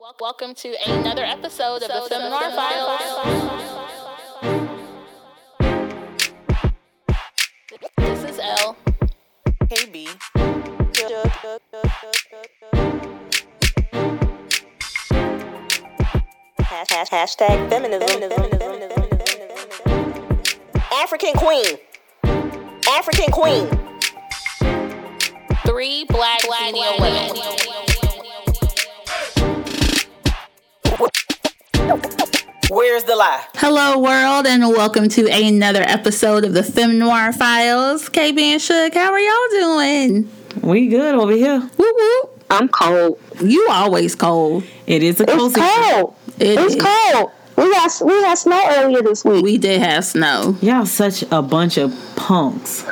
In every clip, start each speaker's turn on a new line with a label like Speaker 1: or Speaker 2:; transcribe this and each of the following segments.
Speaker 1: Wel- Welcome to another episode of the Seminar Files. This is L.
Speaker 2: KB. Hash- hash- Hashtag feminism. African queen. African queen.
Speaker 1: Three black millennial women.
Speaker 2: Where's the lie?
Speaker 3: Hello, world, and welcome to another episode of the Femme Noir Files. KB and Shook, how are y'all doing?
Speaker 4: We good over here.
Speaker 3: Whoop whoop.
Speaker 5: I'm cold.
Speaker 3: You always cold.
Speaker 4: It is a cold
Speaker 5: It's
Speaker 4: season.
Speaker 5: cold.
Speaker 3: It
Speaker 5: It's
Speaker 3: is.
Speaker 5: cold. Oh, We got we got snow earlier this week.
Speaker 3: We did have snow.
Speaker 4: Y'all such a bunch of punks.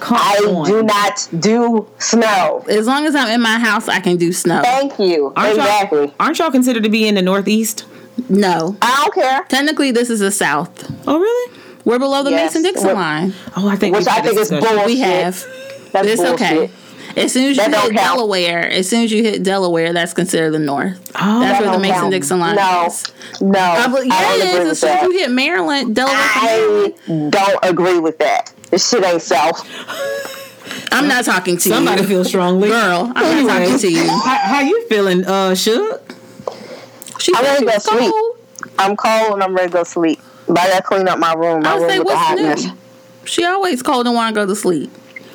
Speaker 4: Come
Speaker 5: I
Speaker 4: on.
Speaker 5: do not do snow.
Speaker 3: As long as I'm in my house, I can do snow.
Speaker 5: Thank you.
Speaker 4: aren't
Speaker 5: exactly.
Speaker 4: Y'all, aren't y'all considered to be in the Northeast?
Speaker 3: No.
Speaker 5: I don't care.
Speaker 3: Technically, this is the South.
Speaker 4: Oh, really?
Speaker 3: We're below the
Speaker 5: Yes.
Speaker 3: Mason-Dixon
Speaker 5: We're-
Speaker 3: line.
Speaker 4: Oh, I think
Speaker 5: Which
Speaker 4: we
Speaker 5: I
Speaker 4: had
Speaker 5: think
Speaker 4: this
Speaker 5: is
Speaker 4: discussion.
Speaker 5: bullshit.
Speaker 3: We have.
Speaker 5: That's
Speaker 3: But it's okay.
Speaker 5: bullshit.
Speaker 3: As soon as you
Speaker 5: That don't
Speaker 3: hit
Speaker 5: count.
Speaker 3: Delaware, as soon as you hit Delaware, that's considered the North. That's
Speaker 4: Oh,
Speaker 5: That
Speaker 3: where the
Speaker 5: don't count.
Speaker 3: Mason-Dixon line
Speaker 5: No.
Speaker 3: is.
Speaker 5: No.
Speaker 3: I
Speaker 5: I,
Speaker 3: bel- yeah,
Speaker 5: don't
Speaker 3: it
Speaker 5: agree
Speaker 3: is.
Speaker 5: with
Speaker 3: As soon as
Speaker 5: that.
Speaker 3: you hit Maryland, Delaware.
Speaker 5: I don't agree with that. This shit ain't south.
Speaker 3: I'm not talking to
Speaker 4: Somebody
Speaker 3: you.
Speaker 4: feels strongly.
Speaker 3: Girl, I'm not talking
Speaker 4: Anyway.
Speaker 3: to you.
Speaker 4: How, how you feeling, uh, Shook?
Speaker 3: She
Speaker 5: I
Speaker 3: said she
Speaker 5: wanna go
Speaker 3: was
Speaker 5: sleep.
Speaker 3: cold.
Speaker 5: I'm cold and I'm ready to go sleep. But I gotta clean up my room. My
Speaker 3: I
Speaker 5: room
Speaker 3: say,
Speaker 5: with the
Speaker 3: what's
Speaker 5: hotness.
Speaker 3: new? She always cold and want to go to sleep.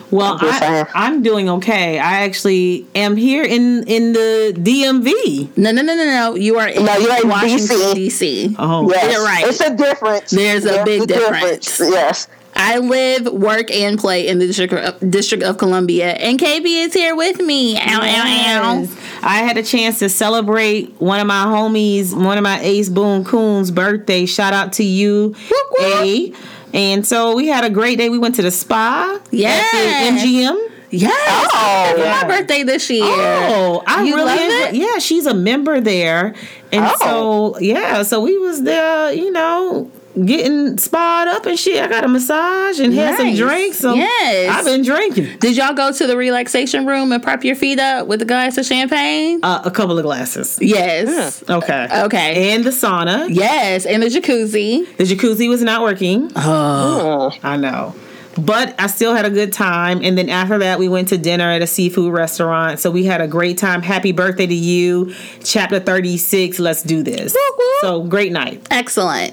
Speaker 4: Well,
Speaker 5: just saying.
Speaker 4: I, I'm doing okay. I actually am here in in the DMV.
Speaker 3: No, no, no, no, no. You are in
Speaker 5: No, you're in
Speaker 3: Washington
Speaker 5: DC.
Speaker 3: D.C.
Speaker 4: Oh,
Speaker 5: Yes.
Speaker 3: You're right.
Speaker 5: It's a difference.
Speaker 3: There's a big difference.
Speaker 5: Yes.
Speaker 3: I live, work, and play in the District of, District of Columbia, and KB is here with me. Ow, ow, ow.
Speaker 4: I had a chance to celebrate one of my homies, one of my Ace Boone Coon's birthday. Shout out to you,
Speaker 3: Whoop, whoop.
Speaker 4: A. And so we had a great day. We went to the spa. at the
Speaker 3: Yes.
Speaker 4: MGM.
Speaker 3: Yes,
Speaker 5: Oh,
Speaker 3: it's
Speaker 5: yeah.
Speaker 3: my birthday this year.
Speaker 4: Oh, I
Speaker 3: You
Speaker 4: really
Speaker 3: love
Speaker 4: enjoy-
Speaker 3: it?
Speaker 4: Yeah, she's a member there. And
Speaker 5: Oh.
Speaker 4: so yeah, so we was there, you know, getting spa'd up and shit. I got a massage and had some
Speaker 3: Nice.
Speaker 4: drinks. So
Speaker 3: Yes.
Speaker 4: I've been drinking.
Speaker 3: Did y'all go to the relaxation room and prop your feet up with a glass of champagne?
Speaker 4: Uh, a couple of glasses.
Speaker 3: yes.
Speaker 4: Okay.
Speaker 3: Okay.
Speaker 4: And the sauna.
Speaker 3: Yes, and the jacuzzi.
Speaker 4: The jacuzzi was not working. I know. But I still had a good time. And then after that, we went to dinner at a seafood restaurant. So we had a great time. Happy birthday to you. Chapter 36. Let's do this.
Speaker 3: Woo, woo.
Speaker 4: So great night.
Speaker 3: Excellent.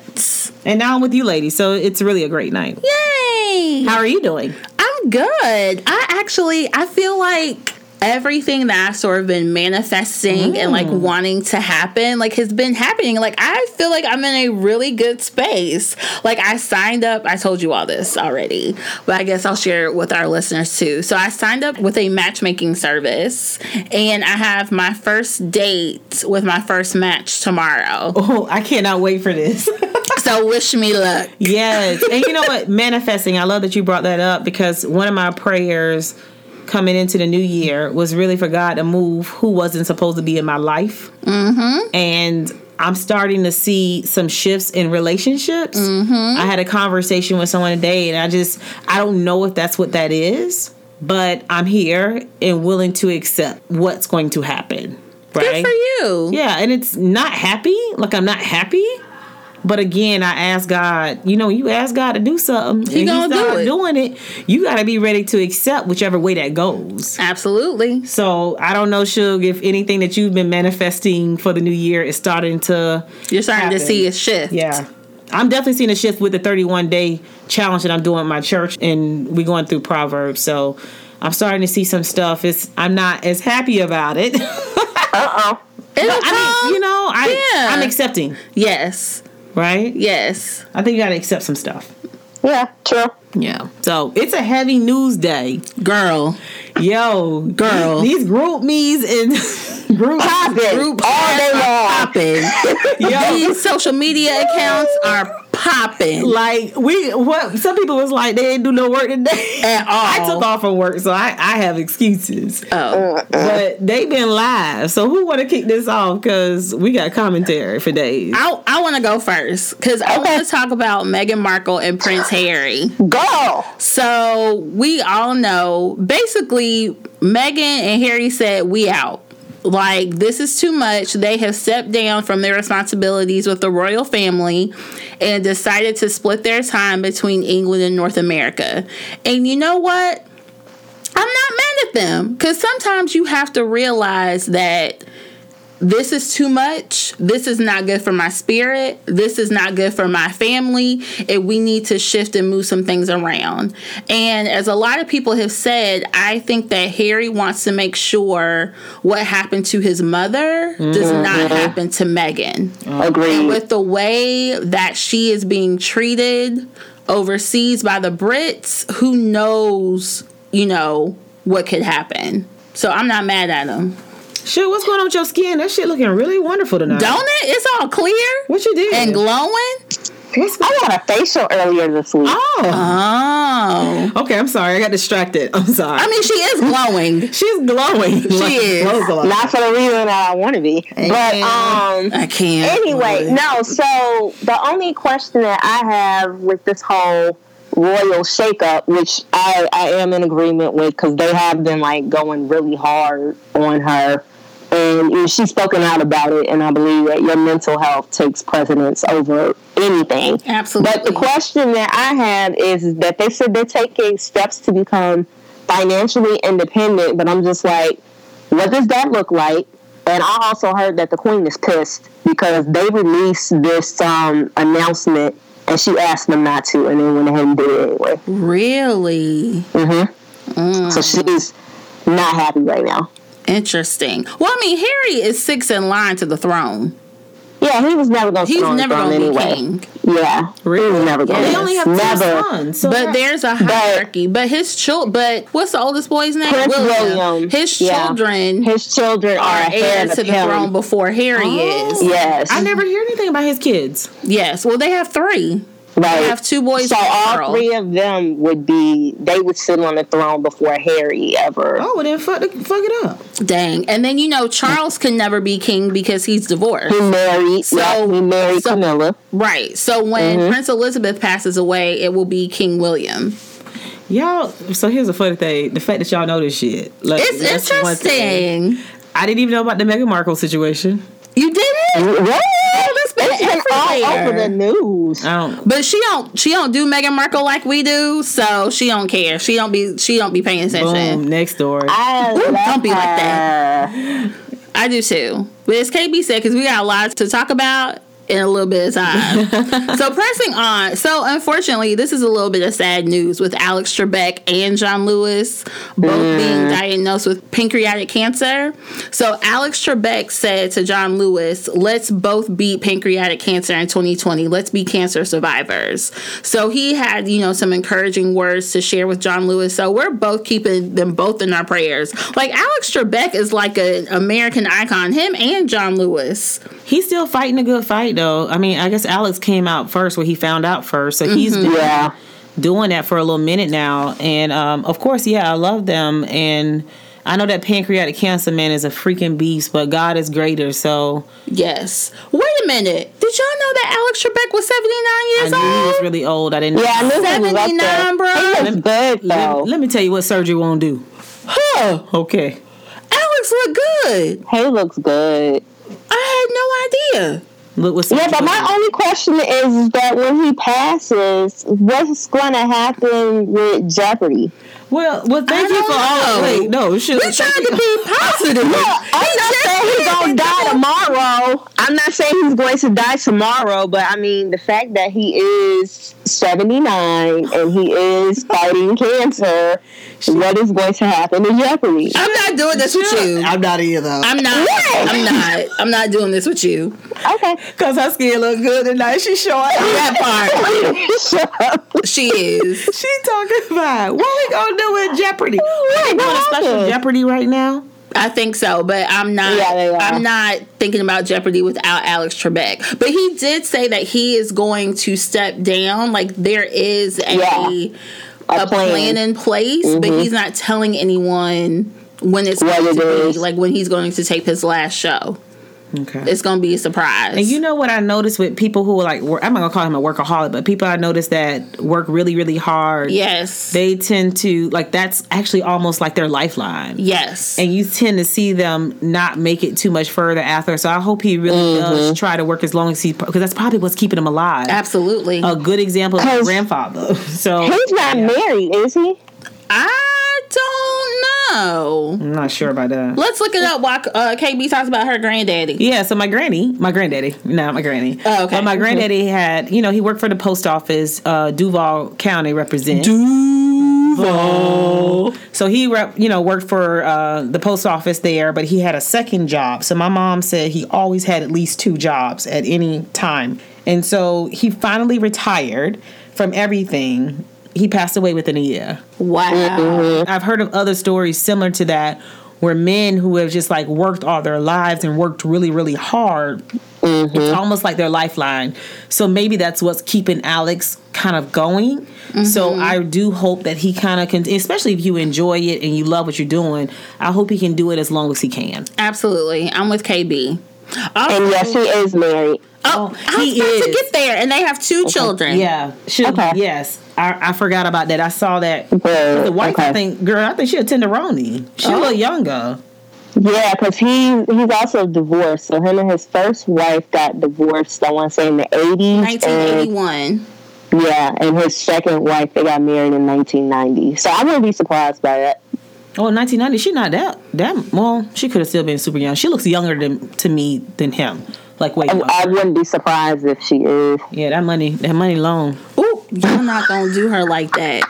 Speaker 4: And now I'm with you, ladies. So it's really a great night.
Speaker 3: Yay!
Speaker 4: How are you doing?
Speaker 3: I'm good. I actually I feel like everything that I've sort of been manifesting and
Speaker 4: Mm.
Speaker 3: like wanting to happen like has been happening. Like I feel like I'm in a really good space. Like I signed up, I told you all this already, but I guess I'll share it with our listeners too. So I signed up with a matchmaking service and I have my first date with my first match tomorrow.
Speaker 4: Oh, I cannot wait for this.
Speaker 3: So wish me luck.
Speaker 4: Yes. And you know what? Manifesting. I love that you brought that up because one of my prayers coming into the new year was really for God to move who wasn't supposed to be in my life. Mm-hmm. And I'm starting to see some shifts in relationships. Mm-hmm. I had a conversation with someone today, and I just, I don't know if that's what that is, but I'm here and willing to accept what's going to happen.
Speaker 3: Good
Speaker 4: Right?
Speaker 3: for you.
Speaker 4: Yeah, and it's not happy. Like I'm not happy. But again, I ask God, you know, you ask God to do something.
Speaker 3: He
Speaker 4: and
Speaker 3: gonna do
Speaker 4: start
Speaker 3: it.
Speaker 4: doing it. You gotta be ready to accept whichever way that goes.
Speaker 3: Absolutely.
Speaker 4: So I don't know, Suge, if anything that you've been manifesting for the new year is starting to
Speaker 3: You're starting to
Speaker 4: Happen.
Speaker 3: see a shift.
Speaker 4: Yeah. I'm definitely seeing a shift with the 31 day challenge that I'm doing at my church and we going through Proverbs. So I'm starting to see some stuff. It's I'm not as happy about it.
Speaker 5: Uh oh.
Speaker 3: It'll
Speaker 4: I mean, you know, I
Speaker 3: Yeah.
Speaker 4: I'm accepting,
Speaker 3: Yes.
Speaker 4: right?
Speaker 3: Yes.
Speaker 4: I think you gotta accept some stuff.
Speaker 5: Yeah, true.
Speaker 4: Yeah. So it's a heavy news day.
Speaker 3: Girl.
Speaker 4: Yo,
Speaker 3: Girl.
Speaker 4: These group me's and group
Speaker 5: Popping
Speaker 3: Group
Speaker 5: all day long.
Speaker 3: Popping.
Speaker 4: yo.
Speaker 3: These social media accounts are popping
Speaker 4: Like we what some people was like they didn't do no work today.
Speaker 3: at all.
Speaker 4: I took off from work, so I, I have excuses.
Speaker 3: Oh.
Speaker 4: But they been live. So who wanna kick this off? Cause we got commentary for days.
Speaker 3: I, I want to go first because I want to talk about Meghan Markle and Prince Harry.
Speaker 5: Go.
Speaker 3: So we all know basically Meghan and Harry said we out. like this is too much. They have stepped down from their responsibilities with the royal family and decided to split their time between England and North America. And you know what? I'm not mad at them because sometimes you have to realize that this is too much. This is not good for my spirit. This is not good for my family. And we need to shift and move some things around. And as a lot of people have said, I think that Harry wants to make sure what happened to his mother does not happen to Meghan
Speaker 5: Agreed.
Speaker 3: with the way that she is being treated overseas by the Brits, who knows, you know, what could happen. So I'm not mad at them.
Speaker 4: Shoot, what's going on with your skin? That shit looking really wonderful tonight.
Speaker 3: Don't it? It's all clear
Speaker 4: What you did?
Speaker 3: and glowing.
Speaker 4: What's going
Speaker 5: I got a facial earlier this week.
Speaker 3: Uh-huh.
Speaker 4: Oh.
Speaker 3: Oh.
Speaker 4: Okay, I'm sorry. I got distracted. I'm sorry.
Speaker 3: I mean, she is glowing.
Speaker 4: she's glowing. She
Speaker 3: is.
Speaker 5: Not for the reason that I want to be. But um
Speaker 3: I can't.
Speaker 5: anyway,
Speaker 3: Lord.
Speaker 5: no, so the only question that I have with this whole royal shakeup, which I, I am in agreement with because they have been like going really hard on her. And you know, she's spoken out about it, and I believe that your mental health takes precedence over anything.
Speaker 3: Absolutely.
Speaker 5: But the question that I have is that they said they're taking steps to become financially independent, but I'm just like, what does that look like? And I also heard that the queen is pissed because they released this um, announcement and she asked them not to, and they went ahead and did it anyway.
Speaker 3: Really
Speaker 5: So
Speaker 3: Mm.
Speaker 5: she's not happy right now.
Speaker 3: interesting. Well, I mean, Harry is six in line to the throne.
Speaker 5: Yeah, he was never going to.
Speaker 3: He's never going
Speaker 5: going
Speaker 3: to be
Speaker 5: anyway.
Speaker 3: king.
Speaker 5: Yeah, he was never going.
Speaker 4: They only have two
Speaker 5: never.
Speaker 4: sons. So
Speaker 3: But there's a hierarchy. But, his child. But what's the oldest boy's name?
Speaker 5: Prince William.
Speaker 3: His
Speaker 5: Yeah.
Speaker 3: children
Speaker 5: His children are,
Speaker 3: are
Speaker 5: ahead
Speaker 3: heirs
Speaker 5: of
Speaker 3: to the
Speaker 5: him. Oh.
Speaker 3: throne before Harry is.
Speaker 5: Yes,
Speaker 4: I never hear anything about his kids.
Speaker 3: Yes. Well, they have three.
Speaker 5: right.
Speaker 3: They have two boys.
Speaker 5: So
Speaker 3: and a
Speaker 5: all
Speaker 3: girl.
Speaker 5: three of them would be they would sit on the throne before Harry ever.
Speaker 4: Oh, well, then fuck, the, fuck it up.
Speaker 3: Dang. And then you know Charles can never be king because he's divorced.
Speaker 5: He married.
Speaker 3: So-
Speaker 5: yeah, he married
Speaker 3: so-
Speaker 5: Camilla.
Speaker 3: Right. So when Prince Elizabeth passes away, it will be King William.
Speaker 4: Y'all, so here's a funny thing: the fact that y'all know this shit. Like,
Speaker 3: It's
Speaker 4: that's one thing.
Speaker 3: interesting.
Speaker 4: I didn't even know about the Meghan Markle situation.
Speaker 3: You did it?
Speaker 5: What?
Speaker 3: It's been
Speaker 5: It's been all over
Speaker 3: everywhere.
Speaker 5: the news.
Speaker 4: I don't.
Speaker 3: But she don't she don't do Meghan Markle like we do, so she don't care. She don't be she don't be paying attention.
Speaker 4: Boom. Next door.
Speaker 5: I
Speaker 3: Ooh,
Speaker 5: love
Speaker 3: don't be like that.
Speaker 5: her.
Speaker 3: I do too. But as KB said, because we got a lot to talk about in a little bit of time. so pressing on. So unfortunately, this is a little bit of sad news with Alex Trebek and John Lewis both being diagnosed with pancreatic cancer. So Alex Trebek said to John Lewis, "Let's both beat pancreatic cancer in 2020. Let's be cancer survivors." So he had, you know, some encouraging words to share with John Lewis. So we're both keeping them both in our prayers. Like Alex Trebek is like an American icon, him and John Lewis.
Speaker 4: He's still fighting a good fight, though. I mean, I guess Alex came out first, where he found out first, so he's been
Speaker 5: Yeah.
Speaker 4: doing that for a little minute now. And um, of course, yeah, I love them. And I know that pancreatic cancer man is a freaking beast, but God is greater. So
Speaker 3: Yes. Wait a minute. Did y'all know that Alex Trebek was 79
Speaker 4: I
Speaker 3: years
Speaker 4: knew he was
Speaker 3: old?
Speaker 4: really old. I didn't.
Speaker 5: Yeah, I knew he was up
Speaker 3: 79,
Speaker 5: there.
Speaker 3: bro.
Speaker 5: He was good
Speaker 4: Let,
Speaker 5: though.
Speaker 4: let me tell you what surgery won't do.
Speaker 3: Huh.
Speaker 4: Okay.
Speaker 3: Alex looked good.
Speaker 5: He looks good.
Speaker 3: I had no idea.
Speaker 4: Look what's
Speaker 5: Yeah, but my only question is that when he passes, what's going to happen with Jeopardy?
Speaker 4: Well, well, thank
Speaker 3: I
Speaker 4: you for all.
Speaker 3: don't know.
Speaker 4: Wait, no, shit.
Speaker 3: We tried to be positive.
Speaker 5: I'm not saying he's gonna die tomorrow. I'm not saying he's going to die tomorrow, but I mean the fact that he is 79 and he is fighting cancer, what is going to happen to Jeopardy?
Speaker 3: I'm not doing this with you.
Speaker 4: I'm not either. though.
Speaker 3: I'm not. I'm not. I'm not doing this with you.
Speaker 5: Okay,
Speaker 4: Cause her skin look good tonight. She showing
Speaker 3: That part,
Speaker 5: shut up.
Speaker 3: she is.
Speaker 4: She talking about what we gonna do with Jeopardy?
Speaker 5: What
Speaker 4: Doing a special
Speaker 5: happened?
Speaker 4: Jeopardy right now.
Speaker 3: I think so, but I'm not.
Speaker 5: Yeah, they are.
Speaker 3: I'm not thinking about Jeopardy without Alex Trebek. But he did say that he is going to step down. Like there is a
Speaker 5: Yeah.
Speaker 3: a,
Speaker 5: A
Speaker 3: plan.
Speaker 5: plan. Mm-hmm.
Speaker 3: in place, but he's not telling anyone when it's
Speaker 5: What
Speaker 3: going
Speaker 5: it
Speaker 3: to be.
Speaker 5: is.
Speaker 3: Like when he's going to tape his last show.
Speaker 4: Okay.
Speaker 3: It's gonna be a surprise.
Speaker 4: And you know what I noticed with people who are like, wor- I'm not gonna call him a workaholic, but people I noticed that work really, really hard.
Speaker 3: yes,
Speaker 4: They tend to like that's actually almost like their lifeline.
Speaker 3: yes,
Speaker 4: And you tend to see them not make it too much further after. So I hope he really does try to work as long as he because that's probably what's keeping him alive.
Speaker 3: absolutely.
Speaker 4: A good example of my
Speaker 5: 'Cause-
Speaker 4: grandfather. So
Speaker 5: He's not married, is he?
Speaker 3: I don't know.
Speaker 4: I'm not sure about that.
Speaker 3: Let's look it up while uh, KB talks about her granddaddy.
Speaker 4: Yeah, so my granny, my granddaddy, no, my granny.
Speaker 3: Oh, okay.
Speaker 4: But my granddaddy had, you know, he worked for the post office, uh, Duval County represent. Duval. So he, rep, you know, worked for uh, the post office there, but he had a second job. So my mom said he always had at least two jobs at any time. And so he finally retired from everything. He passed away within a year.
Speaker 3: Wow.
Speaker 5: Mm-hmm.
Speaker 4: I've heard of other stories similar to that where men who have just like worked all their lives and worked really, really hard.
Speaker 5: Mm-hmm.
Speaker 4: It's almost like their lifeline. So maybe that's what's keeping Alex kind of going. So
Speaker 5: Mm-hmm.
Speaker 4: I do hope that he kind of can, especially if you enjoy it and you love what you're doing, I hope he can do it as long as he can.
Speaker 3: Absolutely. I'm with KB.
Speaker 5: And
Speaker 3: Also,
Speaker 5: yes, he is married.
Speaker 3: oh, I was
Speaker 4: he
Speaker 3: about to
Speaker 4: is.
Speaker 3: get there, and they have two children.
Speaker 4: Yeah. Should,
Speaker 5: Okay.
Speaker 4: Yes. I, I forgot about that. I saw that.
Speaker 5: But,
Speaker 4: The wife, I
Speaker 5: okay. Oh.
Speaker 4: think, girl, I think she a tenderoni. She a little younger.
Speaker 5: Yeah, because he he's also divorced. So him and his first wife got divorced. I want to say in the eighties. And,
Speaker 3: 1981.
Speaker 5: yeah, and his second wife they got married in nineteen ninety. So I wouldn't be surprised by that.
Speaker 4: Oh, 1990. She not that that. Well, she could have still been super young. She looks younger than to me than him. Like wait,
Speaker 5: I, Um, I wouldn't be surprised if she is.
Speaker 4: yeah, that money, that money long.
Speaker 3: Ooh, you're not gonna do her like that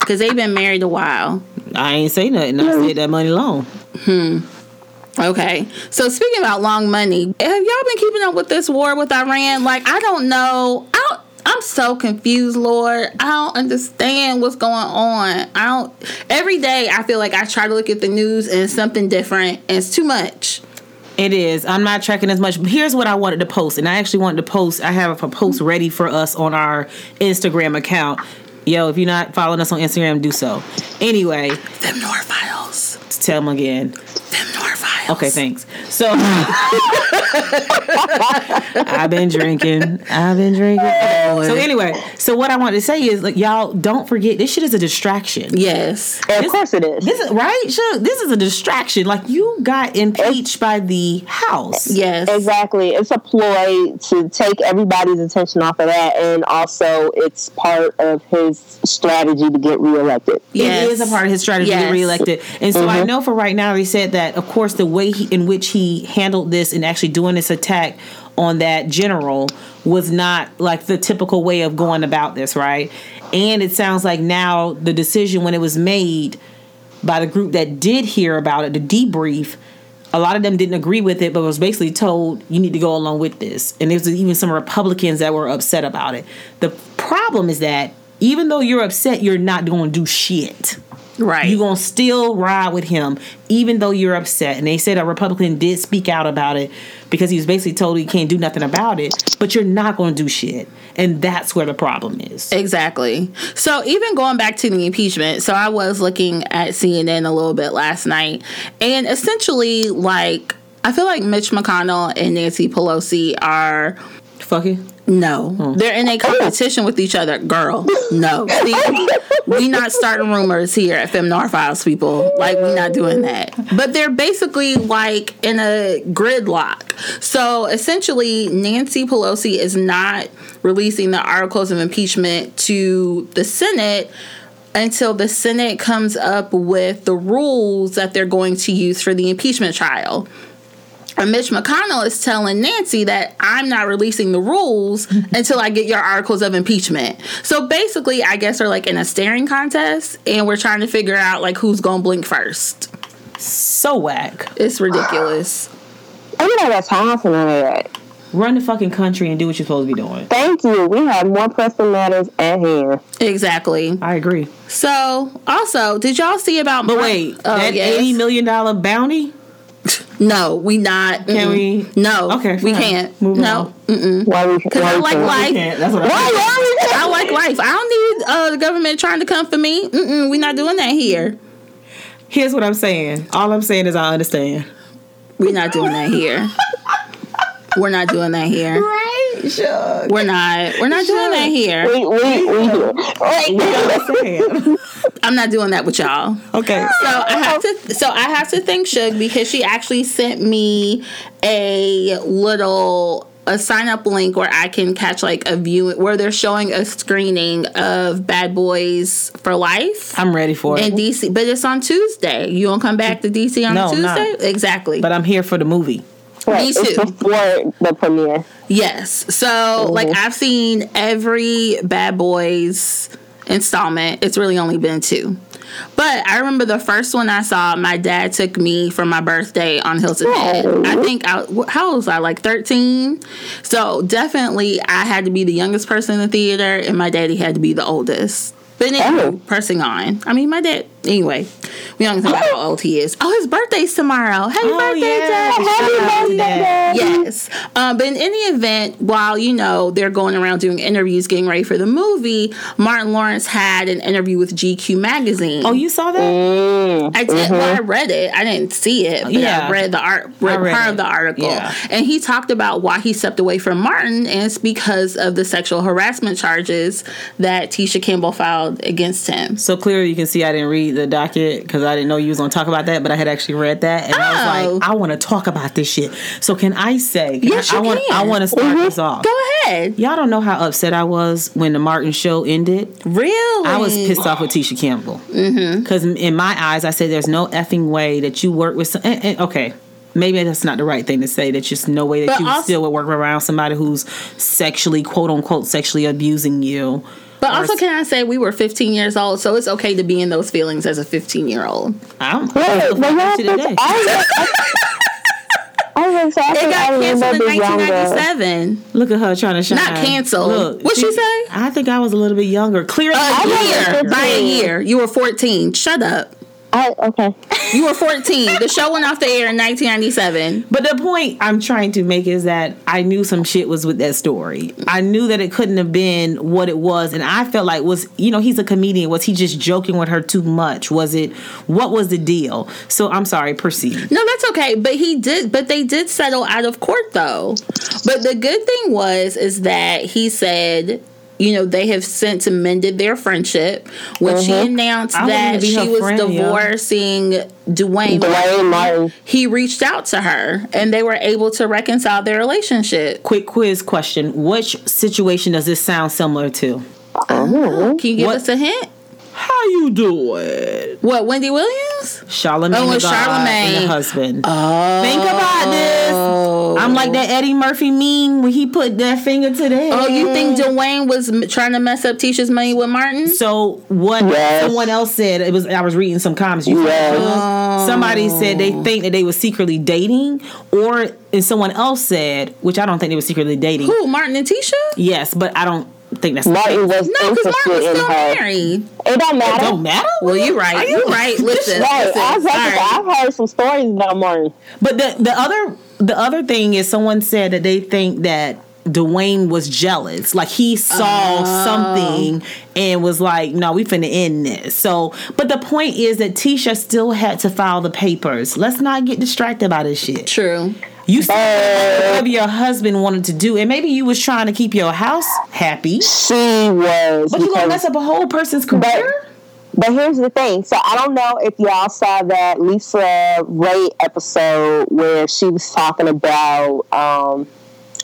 Speaker 3: because they've been married a while.
Speaker 4: I ain't say nothing. I said that money long.
Speaker 3: Okay, so speaking about long money, have y'all been keeping up with this war with Iran? Like, I don't know. I don't, I'm so confused, Lord. I don't understand what's going on. I don't. Every day, I feel like I try to look at the news and it's something different, and it's too much.
Speaker 4: It is. I'm not tracking as much. But here's what I wanted to post, and I actually wanted to post. I have a post ready for us on our Instagram account. Yo, if you're not following us on Instagram, do so. Anyway,
Speaker 3: Femnor files.
Speaker 4: tell them again.
Speaker 3: Femnor files.
Speaker 4: Okay, thanks. So I've been drinking. I've been drinking. So anyway, so what I want to say is like y'all don't forget this shit is a distraction.
Speaker 3: Yes.
Speaker 5: And of course it is.
Speaker 4: This is right, Shook. This is a distraction. Like you got impeached by the house.
Speaker 3: Yes.
Speaker 5: Exactly. It's a ploy to take everybody's attention off of that, and also it's part of his strategy to get reelected.
Speaker 3: Yes.
Speaker 4: It is a part of his strategy to
Speaker 3: Yes.
Speaker 4: get reelected. And so I know for right now, he said that, of course, the way he, in which he handled this and actually doing this attack on that general was not like the typical way of going about this, right? And it sounds like now the decision when it was made by the group that did hear about it, the debrief, a lot of them didn't agree with it, but was basically told you need to go along with this. And there's even some Republicans that were upset about it. The problem is that even though you're upset, you're not going to do shit.
Speaker 3: Right.
Speaker 4: You're going to still ride with him, even though you're upset. And they said a Republican did speak out about it because he was basically told he can't do nothing about it, but you're not going to do shit. And that's where the problem is.
Speaker 3: Exactly. So even going back to the impeachment, so I was looking at CNN a little bit last night, and essentially, like I feel like Mitch McConnell and Nancy Pelosi are
Speaker 4: Fucking.
Speaker 3: no, they're in a competition with each other. Girl, no, See, we not starting rumors here at Femnar Files, people. Like we not doing that. But they're basically like in a gridlock. So essentially, Nancy Pelosi is not releasing the articles of impeachment to the Senate until the Senate comes up with the rules that they're going to use for the impeachment trial. And Mitch McConnell is telling Nancy that I'm not releasing the rules until I get your articles of impeachment. So basically, I guess they're like in a staring contest and we're trying to figure out like who's going to blink first.
Speaker 4: So whack.
Speaker 3: It's ridiculous.
Speaker 5: Everybody got time for none of that.
Speaker 4: Run the fucking country and do what you're supposed to be doing.
Speaker 5: Thank you. We have more pressing matters at hand.
Speaker 3: exactly.
Speaker 4: I agree.
Speaker 3: So, also, did y'all see about
Speaker 4: But wait,
Speaker 3: Oh,
Speaker 4: that
Speaker 3: yes.
Speaker 4: eighty million dollar bounty?
Speaker 3: No, we not.
Speaker 4: Can
Speaker 3: Mm-mm.
Speaker 4: we-
Speaker 3: No.
Speaker 4: Okay,
Speaker 3: We
Speaker 4: fine.
Speaker 3: can't.
Speaker 4: Move
Speaker 3: no. Mm-mm.
Speaker 5: Why we?
Speaker 3: Cause
Speaker 5: why
Speaker 3: I
Speaker 5: we
Speaker 3: like
Speaker 5: can't-
Speaker 3: life.
Speaker 4: that's what
Speaker 5: Why- why we-
Speaker 3: I like life. I don't need uh, the government trying to come for me. Mm-mm, we not doing that here.
Speaker 4: Here's what I'm saying. All I'm saying is I understand.
Speaker 3: We're not doing that here. We're not doing that here.
Speaker 4: Right, sure.
Speaker 3: We're not. We're not doing that here.
Speaker 5: We, we, we do. Right.
Speaker 3: I'm not doing that with y'all.
Speaker 4: okay.
Speaker 3: So I have to. So I have to thank Suge because she actually sent me a little a sign up link where I can catch like a view where they're showing a screening of Bad Boys for Life
Speaker 4: I'm ready for it.
Speaker 3: in DC. But it's on Tuesday. You don't come back to DC on
Speaker 4: No,
Speaker 3: Tuesday?
Speaker 4: not.
Speaker 3: Exactly.
Speaker 4: but I'm here for the movie.
Speaker 5: Right.
Speaker 3: Me too.
Speaker 5: It's before the premiere.
Speaker 3: Yes. So,
Speaker 5: Oh.
Speaker 3: like, I've seen every Bad Boys installment. It's really only been two. But I remember the first one I saw, my dad took me for my birthday on Hilton Head. I think, I, wh- how old was I? Like 13? So, definitely, I had to be the youngest person in the theater, and my daddy had to be the oldest. But anyway,
Speaker 5: Oh.
Speaker 3: pressing on. I mean, my dad, anyway, we don't talk about how old he is. Oh, his birthday's tomorrow. Happy
Speaker 4: Oh,
Speaker 3: birthday, dad.
Speaker 5: Oh, Happy birthday.
Speaker 4: Mm-hmm.
Speaker 3: Yes. Um, but in any event, while you know they're going around doing interviews, getting ready for the movie, Martin Lawrence had an interview with GQ magazine.
Speaker 4: Oh, you saw that?
Speaker 3: I did. Well, I read it. I didn't see it, but
Speaker 4: Yeah.
Speaker 3: I read the art, read
Speaker 4: read
Speaker 3: part
Speaker 4: it.
Speaker 3: of the article,
Speaker 4: Yeah.
Speaker 3: and he talked about why he stepped away from Martin, and it's because of the sexual harassment charges that Tisha Campbell filed against him.
Speaker 4: So clearly, you can see I didn't read the docket because I didn't know you was going to talk about that, but I had actually read that, and I
Speaker 3: Oh.
Speaker 4: was like, I want to talk about this shit. So can I say? Can
Speaker 3: Yes,
Speaker 4: I,
Speaker 3: you
Speaker 4: I want. I
Speaker 3: can. Uh-huh.
Speaker 4: want to start this off.
Speaker 3: Go ahead.
Speaker 4: Y'all don't know how upset I was when the Martin show ended.
Speaker 3: Really?
Speaker 4: I was pissed off with Tisha Campbell
Speaker 3: Mm-hmm.
Speaker 4: because in my eyes, I said there's no effing way that you work with. Some, and, and- okay, maybe that's not the right thing to say. That's just no way that
Speaker 3: But
Speaker 4: you
Speaker 3: also-
Speaker 4: still would work around somebody who's sexually, quote unquote, sexually abusing you.
Speaker 3: But also, can I say we were 15 years old, so it's okay to be in those feelings as a 15 year old.
Speaker 4: I'm
Speaker 5: Right. But yeah,
Speaker 4: to today.
Speaker 5: I was, I was, I
Speaker 3: It
Speaker 5: think I
Speaker 3: got
Speaker 5: remember
Speaker 3: canceled in
Speaker 5: being younger.
Speaker 3: 1997.
Speaker 4: Look at her trying to shine.
Speaker 3: Not canceled. What'd she say? Uh,
Speaker 4: I think I was a little bit younger. Clearly,
Speaker 3: A year.
Speaker 5: was
Speaker 3: By a
Speaker 5: 15.
Speaker 3: year. You were 14. Shut up.
Speaker 5: I, okay.
Speaker 3: You were 14. the show went off the air in 1997.
Speaker 4: But the point I'm trying to make is that I knew some shit was with that story. I knew that it couldn't have been what it was, and I felt like was you know he's a comedian. Was he just joking with her too much? Was it what was the deal? So I'm sorry, proceed.
Speaker 3: No, that's okay. But he did. But they did settle out of court though. But the good thing was is that he said. You know they have since amended their friendship when she
Speaker 5: Mm-hmm.
Speaker 3: announced
Speaker 4: I wanted to
Speaker 3: that
Speaker 4: be
Speaker 3: she
Speaker 4: her
Speaker 3: was
Speaker 4: friend, yeah.
Speaker 3: divorcing Dwayne.
Speaker 5: Dwayne Martin.
Speaker 3: He reached out to her, and they were able to reconcile their relationship.
Speaker 4: Quick quiz question: Which situation does this sound similar to?
Speaker 3: Can you give
Speaker 4: What-
Speaker 3: us a hint?
Speaker 4: How you doing,
Speaker 3: What Wendy Williams?
Speaker 4: Charlemagne?
Speaker 3: Oh,
Speaker 4: the God
Speaker 3: Charlamagne. Oh.
Speaker 4: and the husband. Think about this. I'm like that Eddie Murphy meme when he put that finger to the head.
Speaker 3: Oh, you think
Speaker 5: Um,
Speaker 3: Dwayne was m- trying to mess up Tisha's money with Martin?
Speaker 4: So what
Speaker 5: Yes.
Speaker 4: someone else said it was I was reading some comments. You
Speaker 5: Yes.
Speaker 4: said, somebody said they
Speaker 3: Oh.
Speaker 4: think that they were secretly dating, or and someone else said, which I don't think they were secretly dating.
Speaker 3: Who Martin and Tisha?
Speaker 4: Yes, but I don't think that's
Speaker 5: Martin was
Speaker 3: No, because
Speaker 5: interested
Speaker 3: Martin was
Speaker 5: in
Speaker 3: still
Speaker 5: her.
Speaker 3: married.
Speaker 5: It don't matter.
Speaker 4: don't matter.
Speaker 3: Well, you're right. You're right. Listen,
Speaker 5: Right.
Speaker 3: listen,
Speaker 5: I was
Speaker 3: sorry.
Speaker 5: like, I've heard some stories about Martin.
Speaker 4: But the the other the other thing is someone said that they think that Dwayne was jealous. Like he saw something and was like, no, we finna end this. So but the point is that Tisha still had to file the papers. Let's not get distracted by this shit.
Speaker 3: True.
Speaker 4: You still whatever your husband wanted to do, and maybe you was trying to keep your house happy,
Speaker 5: She was.
Speaker 4: but you gonna
Speaker 5: because-
Speaker 4: mess up a whole person's career.
Speaker 5: But here's the thing. So I don't know if y'all saw that Lisa Ray episode where she was talking about um,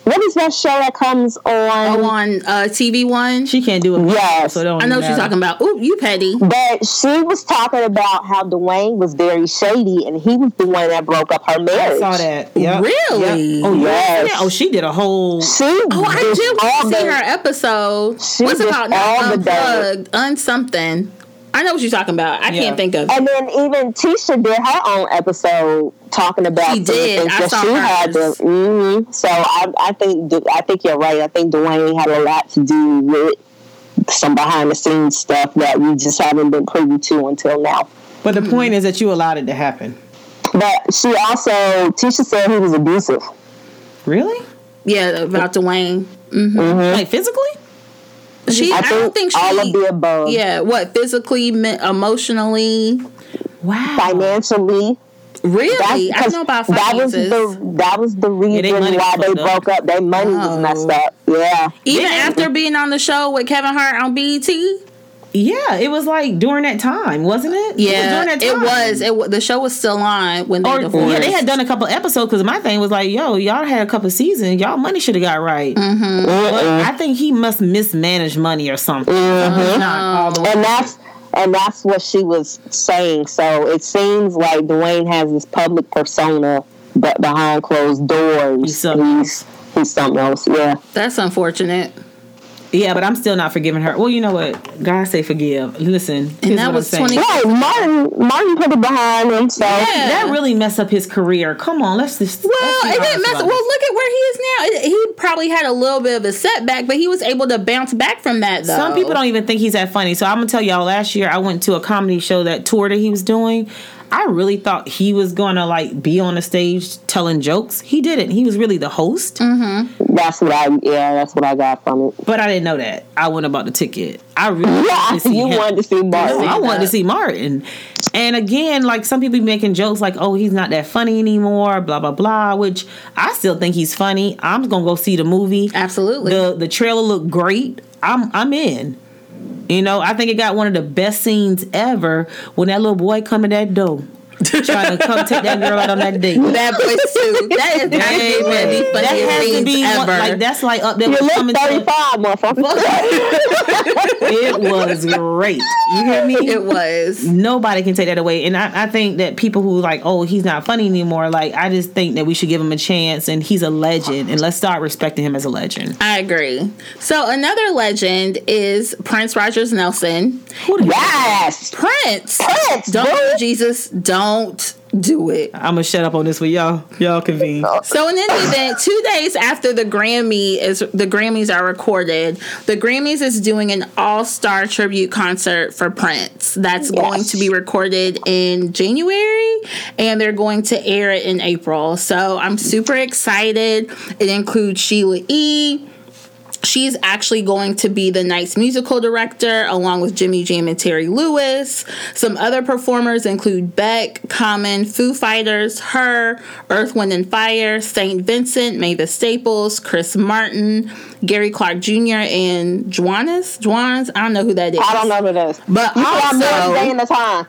Speaker 5: what is that show that comes on?
Speaker 3: Oh, on uh, TV One,
Speaker 4: She can't do it.
Speaker 5: Yes.
Speaker 4: so it don't
Speaker 3: I know what
Speaker 4: matter.
Speaker 3: you're talking about. Ooh, you petty.
Speaker 5: But she was talking about how Dwayne was very shady and he was the one that broke up her
Speaker 4: I
Speaker 5: marriage.
Speaker 4: saw that. Yep.
Speaker 3: Really?
Speaker 4: Yep. Oh
Speaker 5: Yes.
Speaker 4: yes. Oh, she did a whole.
Speaker 5: She
Speaker 3: Oh, I
Speaker 5: did
Speaker 3: did want
Speaker 5: all
Speaker 3: to see
Speaker 5: the-
Speaker 3: her episode.
Speaker 5: She
Speaker 3: What's it
Speaker 5: did
Speaker 3: called?
Speaker 5: all
Speaker 3: Not
Speaker 5: the
Speaker 3: unplugged, unsomething. I know what you're talking about. I
Speaker 4: Yeah.
Speaker 3: can't think of.
Speaker 5: And then even Tisha did her own episode talking about
Speaker 3: She
Speaker 5: some of the
Speaker 3: did.
Speaker 5: things
Speaker 3: I
Speaker 5: that
Speaker 3: saw
Speaker 5: she had to.
Speaker 3: hers.
Speaker 5: hmm So I, I think Du- I think you're right. I think Dwayne had a lot to do with some behind the scenes stuff that we just haven't been privy to until now.
Speaker 4: But the point is that you allowed it to happen.
Speaker 5: But she also Tisha said he was abusive.
Speaker 4: Really?
Speaker 3: Yeah, about Dwayne. Mm-hmm.
Speaker 4: Like physically?
Speaker 3: She, I,
Speaker 5: I
Speaker 3: don't think
Speaker 5: think,
Speaker 3: she.
Speaker 5: all of the above.
Speaker 3: yeah, what physically, me- emotionally,
Speaker 4: Wow.
Speaker 5: Financially,
Speaker 3: Really? I don't know about
Speaker 5: that was
Speaker 3: finances.
Speaker 5: the that was the reason
Speaker 4: they money
Speaker 5: why
Speaker 4: was
Speaker 5: they
Speaker 4: fucked up.
Speaker 5: broke up. Their money was
Speaker 3: Oh.
Speaker 5: messed up. Yeah,
Speaker 3: Even after being on the show with Kevin Hart on E BET,
Speaker 4: Yeah, it was like during that time, wasn't it?
Speaker 3: yeah,
Speaker 4: it was. During that
Speaker 3: it
Speaker 4: time.
Speaker 3: was. It wa- the show was still on when they
Speaker 4: Or,
Speaker 3: divorced.
Speaker 4: yeah, they had done a couple episodes because my thing was like, yo, y'all had a couple seasons. Y'all money should have got right.
Speaker 3: Mm-hmm.
Speaker 4: But I think he must mismanage money or something. Not
Speaker 3: Um,
Speaker 4: all the way.
Speaker 5: and that's and that's what she was saying. So it seems like Dwayne has this public persona, but behind closed doors,
Speaker 4: He's something
Speaker 5: he's, he's something else. Yeah,
Speaker 3: That's unfortunate.
Speaker 4: Yeah, but I'm still not forgiving her. Well, you know what? God say forgive. Listen, here's
Speaker 3: that
Speaker 4: what
Speaker 3: was
Speaker 4: I'm saying.
Speaker 3: 20
Speaker 5: right. Martin Martin put it behind him. So
Speaker 3: Yeah.
Speaker 4: Oh, That really messed up his career. Come on, let's just.
Speaker 3: Well,
Speaker 4: let's be
Speaker 3: it didn't
Speaker 4: honest
Speaker 3: mess. Well,
Speaker 4: about it.
Speaker 3: look at where he is now. It- he probably had a little bit of a setback, but he was able to bounce back from that. Though
Speaker 4: Some people don't even think he's that funny. So I'm gonna tell y'all. Last year, I went to a comedy show that tour that he was doing. I really thought he was gonna like be on the stage telling jokes. He didn't. He was really the host,
Speaker 5: Mm. that's what I yeah that's what I got from it.
Speaker 4: but I didn't know that. I went about the ticket. I really wanted to
Speaker 5: Yeah,
Speaker 4: see
Speaker 5: you
Speaker 4: him.
Speaker 5: wanted to see Martin.
Speaker 4: No, I wanted to
Speaker 3: that.
Speaker 4: see Martin. And again, like some people be making jokes like, oh, he's not that funny anymore, blah, blah, blah, which I still think he's funny. I'm going to go see the movie.
Speaker 3: Absolutely.
Speaker 4: The, the trailer looked great. I'm, I'm in. You know, I think it got one of the best scenes ever when that little boy come in that door trying to come take that girl out on that date.
Speaker 3: Bad boys too. That is
Speaker 4: Hey,
Speaker 3: actually one of the
Speaker 4: man, that
Speaker 3: funniest
Speaker 4: has to
Speaker 3: scenes
Speaker 4: be
Speaker 3: ever.
Speaker 4: one, like that's like up there.
Speaker 5: You
Speaker 4: with
Speaker 5: look
Speaker 4: coming to-
Speaker 5: thirty five, motherfucker.
Speaker 4: It was great. You hear me?
Speaker 3: it was.
Speaker 4: nobody can take that away. And I, I think that people who like, oh, he's not funny anymore. Like, I just think that we should give him a chance, and he's a legend, and let's start respecting him as a legend.
Speaker 3: I agree. So another legend is Prince Rogers Nelson.
Speaker 5: yes,
Speaker 3: Prince.
Speaker 5: Prince,
Speaker 3: Don't
Speaker 5: dude.
Speaker 3: Jesus. Don't do it.
Speaker 4: I'm gonna shut up on this one, y'all. Y'all convene.
Speaker 3: So in any event, two days after the Grammy is the Grammys are recorded, the Grammys is doing an all-star tribute concert for Prince. That's going to be recorded in January and they're going to air it in April. So I'm super excited. It includes Sheila E. She's actually going to be the night's musical director, along with Jimmy Jam and Terry Lewis. Some other performers include Beck, Common, Foo Fighters, Her, Earth, Wind and Fire, St. Vincent, Mavis Staples, Chris Martin, Gary Clark Jr., and Juanes. Juanes, I don't know who that is.
Speaker 5: I don't know who that is.
Speaker 3: But
Speaker 5: I'm day
Speaker 3: also,
Speaker 5: in the time.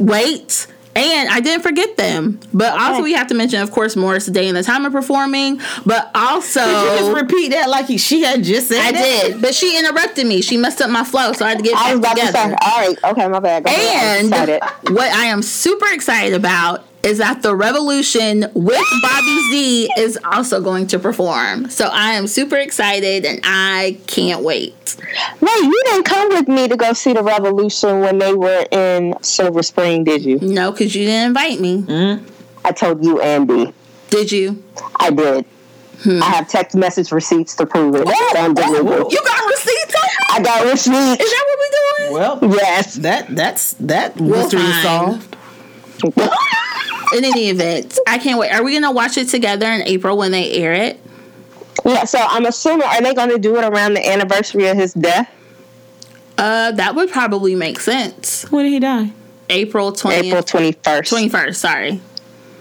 Speaker 3: wait. And I didn't forget them. But also, we have to mention, of course, Morris Day and the time of performing. But also,
Speaker 4: Did you just repeat that like he, she had just said
Speaker 3: I
Speaker 4: that?
Speaker 3: did, but she interrupted me. She messed up my flow, so I had to get
Speaker 5: I was
Speaker 3: back
Speaker 5: about to say,
Speaker 3: together.
Speaker 5: all right, okay, my bad. Go ahead. I'm
Speaker 3: And
Speaker 5: excited.
Speaker 3: what I am super excited about is that the Revolution with Bobby Z is also going to perform. So I am super excited, and I can't wait.
Speaker 5: Wait, you didn't come with me to go see the revolution when they were in Silver Spring, did you?
Speaker 3: No, because you didn't invite me.
Speaker 5: I told you, Andy.
Speaker 3: Did you?
Speaker 5: I did.
Speaker 3: Hmm.
Speaker 5: I have text message receipts to prove it. I'm delivering.
Speaker 3: You got receipts? on me?
Speaker 5: I got receipts.
Speaker 3: Is that what we doing?
Speaker 4: Well,
Speaker 5: Yes.
Speaker 4: that that's that
Speaker 3: Well,
Speaker 4: mystery
Speaker 3: fine.
Speaker 4: solved.
Speaker 3: In any event, I can't wait. Are we gonna watch it together in April when they air it?
Speaker 5: Yeah, so I'm assuming, are they going to do it around the anniversary of his death?
Speaker 3: Uh, that would probably make sense.
Speaker 4: When did he die?
Speaker 3: April
Speaker 5: April
Speaker 3: twentieth,
Speaker 5: 21st.
Speaker 3: twenty first. Sorry.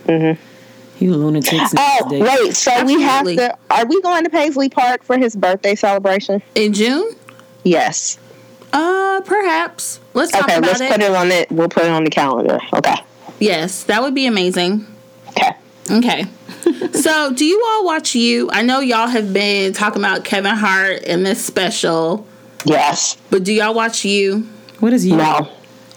Speaker 4: You lunatics.
Speaker 5: Oh, wait, so we have
Speaker 3: Absolutely.
Speaker 5: to, are we going to Paisley Park for his birthday celebration?
Speaker 3: In June?
Speaker 5: Yes.
Speaker 3: Uh, perhaps. Let's talk
Speaker 5: Okay,
Speaker 3: about
Speaker 5: let's
Speaker 3: it.
Speaker 5: put it on it. We'll put it on the calendar. Okay.
Speaker 3: Yes, that would be amazing.
Speaker 5: Okay.
Speaker 3: Okay. so, do you all watch you? I know y'all have been talking about Kevin Hart and this special,
Speaker 5: Yes.
Speaker 3: but do y'all watch you?
Speaker 4: What is you?
Speaker 5: No.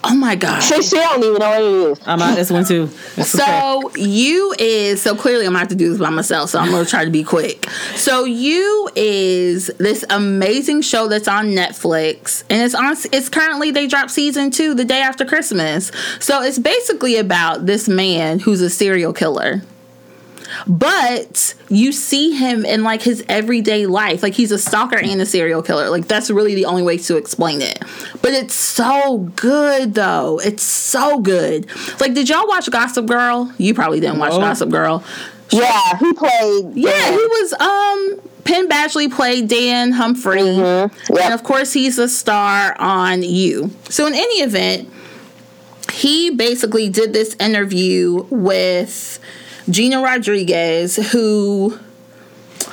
Speaker 3: Oh my god.
Speaker 5: She, she don't even know what it is.
Speaker 4: I'm out this one too. It's okay.
Speaker 3: So you is so clearly I'm gonna have to do this by myself, so I'm gonna try to be quick. So you is this amazing show that's on Netflix, and it's on. It's currently they dropped season two the day after Christmas. So it's basically about this man who's a serial killer. But you see him in like his everyday life. Like he's a stalker and a serial killer. Like that's really the only way to explain it. But it's so good though. It's so good. Like, did y'all watch Gossip Girl? You probably didn't watch Gossip Girl.
Speaker 5: Yeah, he played.
Speaker 3: Yeah, he was um Penn Badgley played Dan Humphrey.
Speaker 5: Mm-hmm.
Speaker 3: And of course he's a star on you. So in any event, he basically did this interview with Gina Rodriguez, who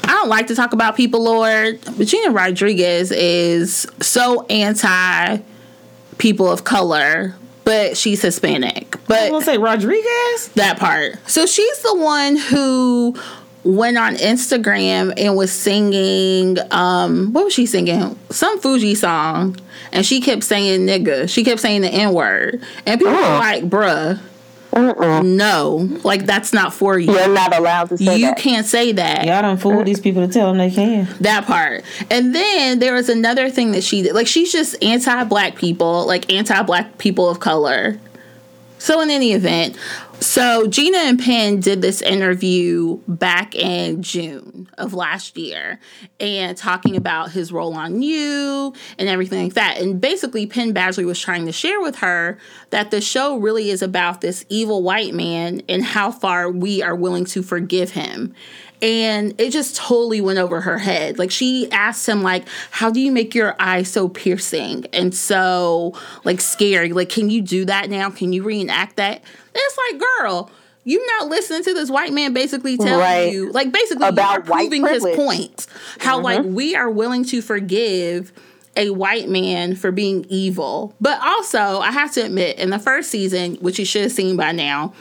Speaker 3: I don't like to talk about people, Lord, but Gina Rodriguez is so anti people of color, but she's Hispanic.
Speaker 4: I'm
Speaker 3: But
Speaker 4: gonna say Rodriguez.
Speaker 3: that part. So she's the one who went on Instagram and was singing um what was she singing? Some Fuji song and she kept saying nigga. She kept saying the N word. And people were
Speaker 5: Oh.
Speaker 3: like, bruh,
Speaker 5: Mm-mm.
Speaker 3: no. Like that's not for you.
Speaker 5: You're not allowed to say
Speaker 3: You
Speaker 5: that.
Speaker 3: can't say that.
Speaker 4: Y'all don't fool these people to tell them they can.
Speaker 3: That part. And then there was another thing that she did. Like she's just anti black people, like anti black people of color. So in any event, so Gina and Penn did this interview back in June of last year and talking about his role on you and everything like that. And basically Penn Badgley was trying to share with her that the show really is about this evil white man and how far we are willing to forgive him and it just totally went over her head like she asked him like how do you make your eye so piercing and so like scary like can you do that now can you reenact that and it's like girl you not listening to this white man basically tell
Speaker 5: Right.
Speaker 3: you like basically
Speaker 5: About
Speaker 3: you are
Speaker 5: white
Speaker 3: proving his
Speaker 5: privilege. Mm-hmm.
Speaker 3: point how like we are willing to forgive a white man for being evil but also i have to admit in the first season which you should have seen by now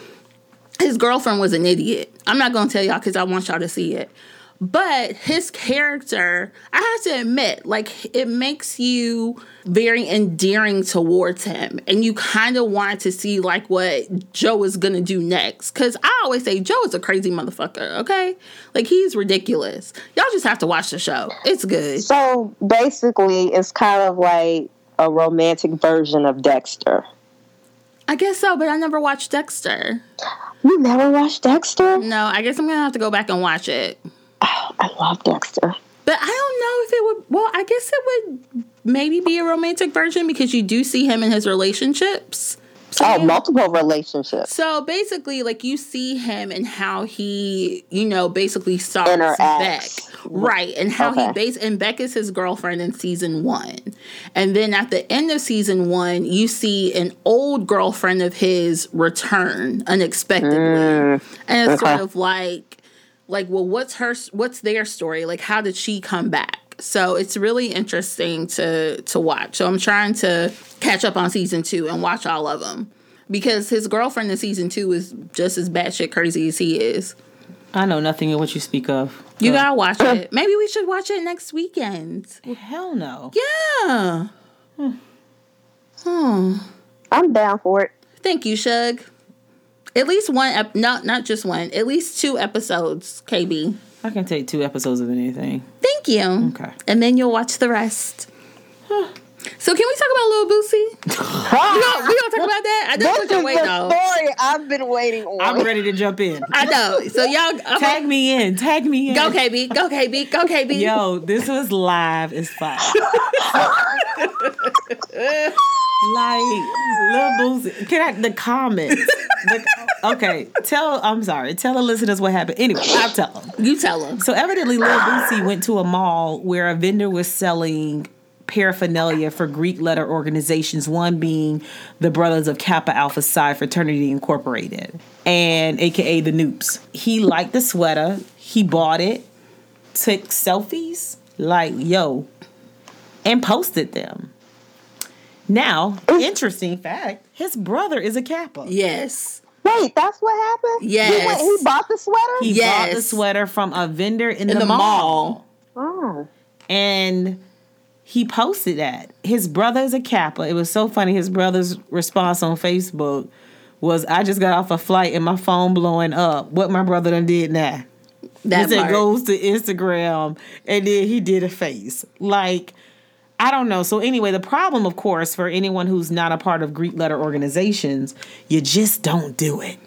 Speaker 3: his girlfriend was an idiot. I'm not gonna tell y'all because I want y'all to see it. But his character, I have to admit, like it makes you very endearing towards him. And you kind of want to see like what Joe is gonna do next. Cause I always say Joe is a crazy motherfucker, okay? Like he's ridiculous. Y'all just have to watch the show. It's good.
Speaker 5: So basically, it's kind of like a romantic version of Dexter.
Speaker 3: I guess so, but I never watched Dexter.
Speaker 5: You never watched Dexter?
Speaker 3: No, I guess I'm gonna have to go back and watch it.
Speaker 5: I love Dexter.
Speaker 3: But I don't know if it would. Well, I guess it would maybe be a romantic version because you do see him in his relationships. So,
Speaker 5: Oh,
Speaker 3: yeah.
Speaker 5: multiple relationships.
Speaker 3: so basically, like you see him and how he, you know, basically stalks
Speaker 5: Interacts. Mm-hmm.
Speaker 3: Beck, right? And how he
Speaker 5: Okay.
Speaker 3: base and Beck is his girlfriend in season one, and then at the end of season one, you see an old girlfriend of his return unexpectedly, and it's sort
Speaker 5: Mm, okay.
Speaker 3: of like like well what's her what's their story like how did she come back so it's really interesting to to watch so i'm trying to catch up on season two and watch all of them because his girlfriend in season two is just as batshit crazy as he is
Speaker 4: I know nothing of what you speak of.
Speaker 3: you gotta watch it maybe we should watch it next weekend
Speaker 4: Hell no.
Speaker 3: yeah hmm.
Speaker 5: I'm down for it.
Speaker 3: thank you shug at least one ep- no not just one at least two episodes kb
Speaker 4: I can take two episodes of anything.
Speaker 3: Thank you.
Speaker 4: Okay.
Speaker 3: And then you'll watch the rest. So can we talk about Lil Boosie? We
Speaker 5: Ah,
Speaker 3: don't, we don't talk about that. I
Speaker 5: this
Speaker 3: just
Speaker 5: is
Speaker 3: put your
Speaker 5: the
Speaker 3: wait though.
Speaker 5: story I've been waiting on.
Speaker 4: I'm ready to jump in.
Speaker 3: I know. So y'all okay.
Speaker 4: Tag me in. Tag me in.
Speaker 3: go KB, go KB, go KB.
Speaker 4: Yo, this was live as fuck. like little boozy. Can I the comments? The- okay, tell. I'm sorry. Tell the listeners what happened. Anyway, I'll tell them.
Speaker 3: You tell him.
Speaker 4: So evidently, Lil Boosie went to a mall where a vendor was selling paraphernalia for Greek letter organizations, one being the Brothers of Kappa Alpha Psi Fraternity Incorporated, and AKA the Noops. He liked the sweater. He bought it, took selfies, like yo, and posted them. Now, interesting fact: his brother is a Kappa.
Speaker 3: Yes.
Speaker 5: Wait, that's what happened?
Speaker 3: Yes.
Speaker 5: He, went, he bought the sweater?
Speaker 4: He bought the
Speaker 3: Yes.
Speaker 4: sweater from a vendor in,
Speaker 3: In
Speaker 4: the,
Speaker 3: the
Speaker 4: mall.
Speaker 3: mall.
Speaker 5: oh.
Speaker 4: and he posted that his brother is a kappa it was so funny his brother's response on facebook was i just got off a flight and my phone blowing up what my brother done did now
Speaker 3: That
Speaker 4: he said
Speaker 3: part.
Speaker 4: goes to instagram and then he did a face like i don't know so anyway the problem of course for anyone who's not a part of greek letter organizations you just don't do it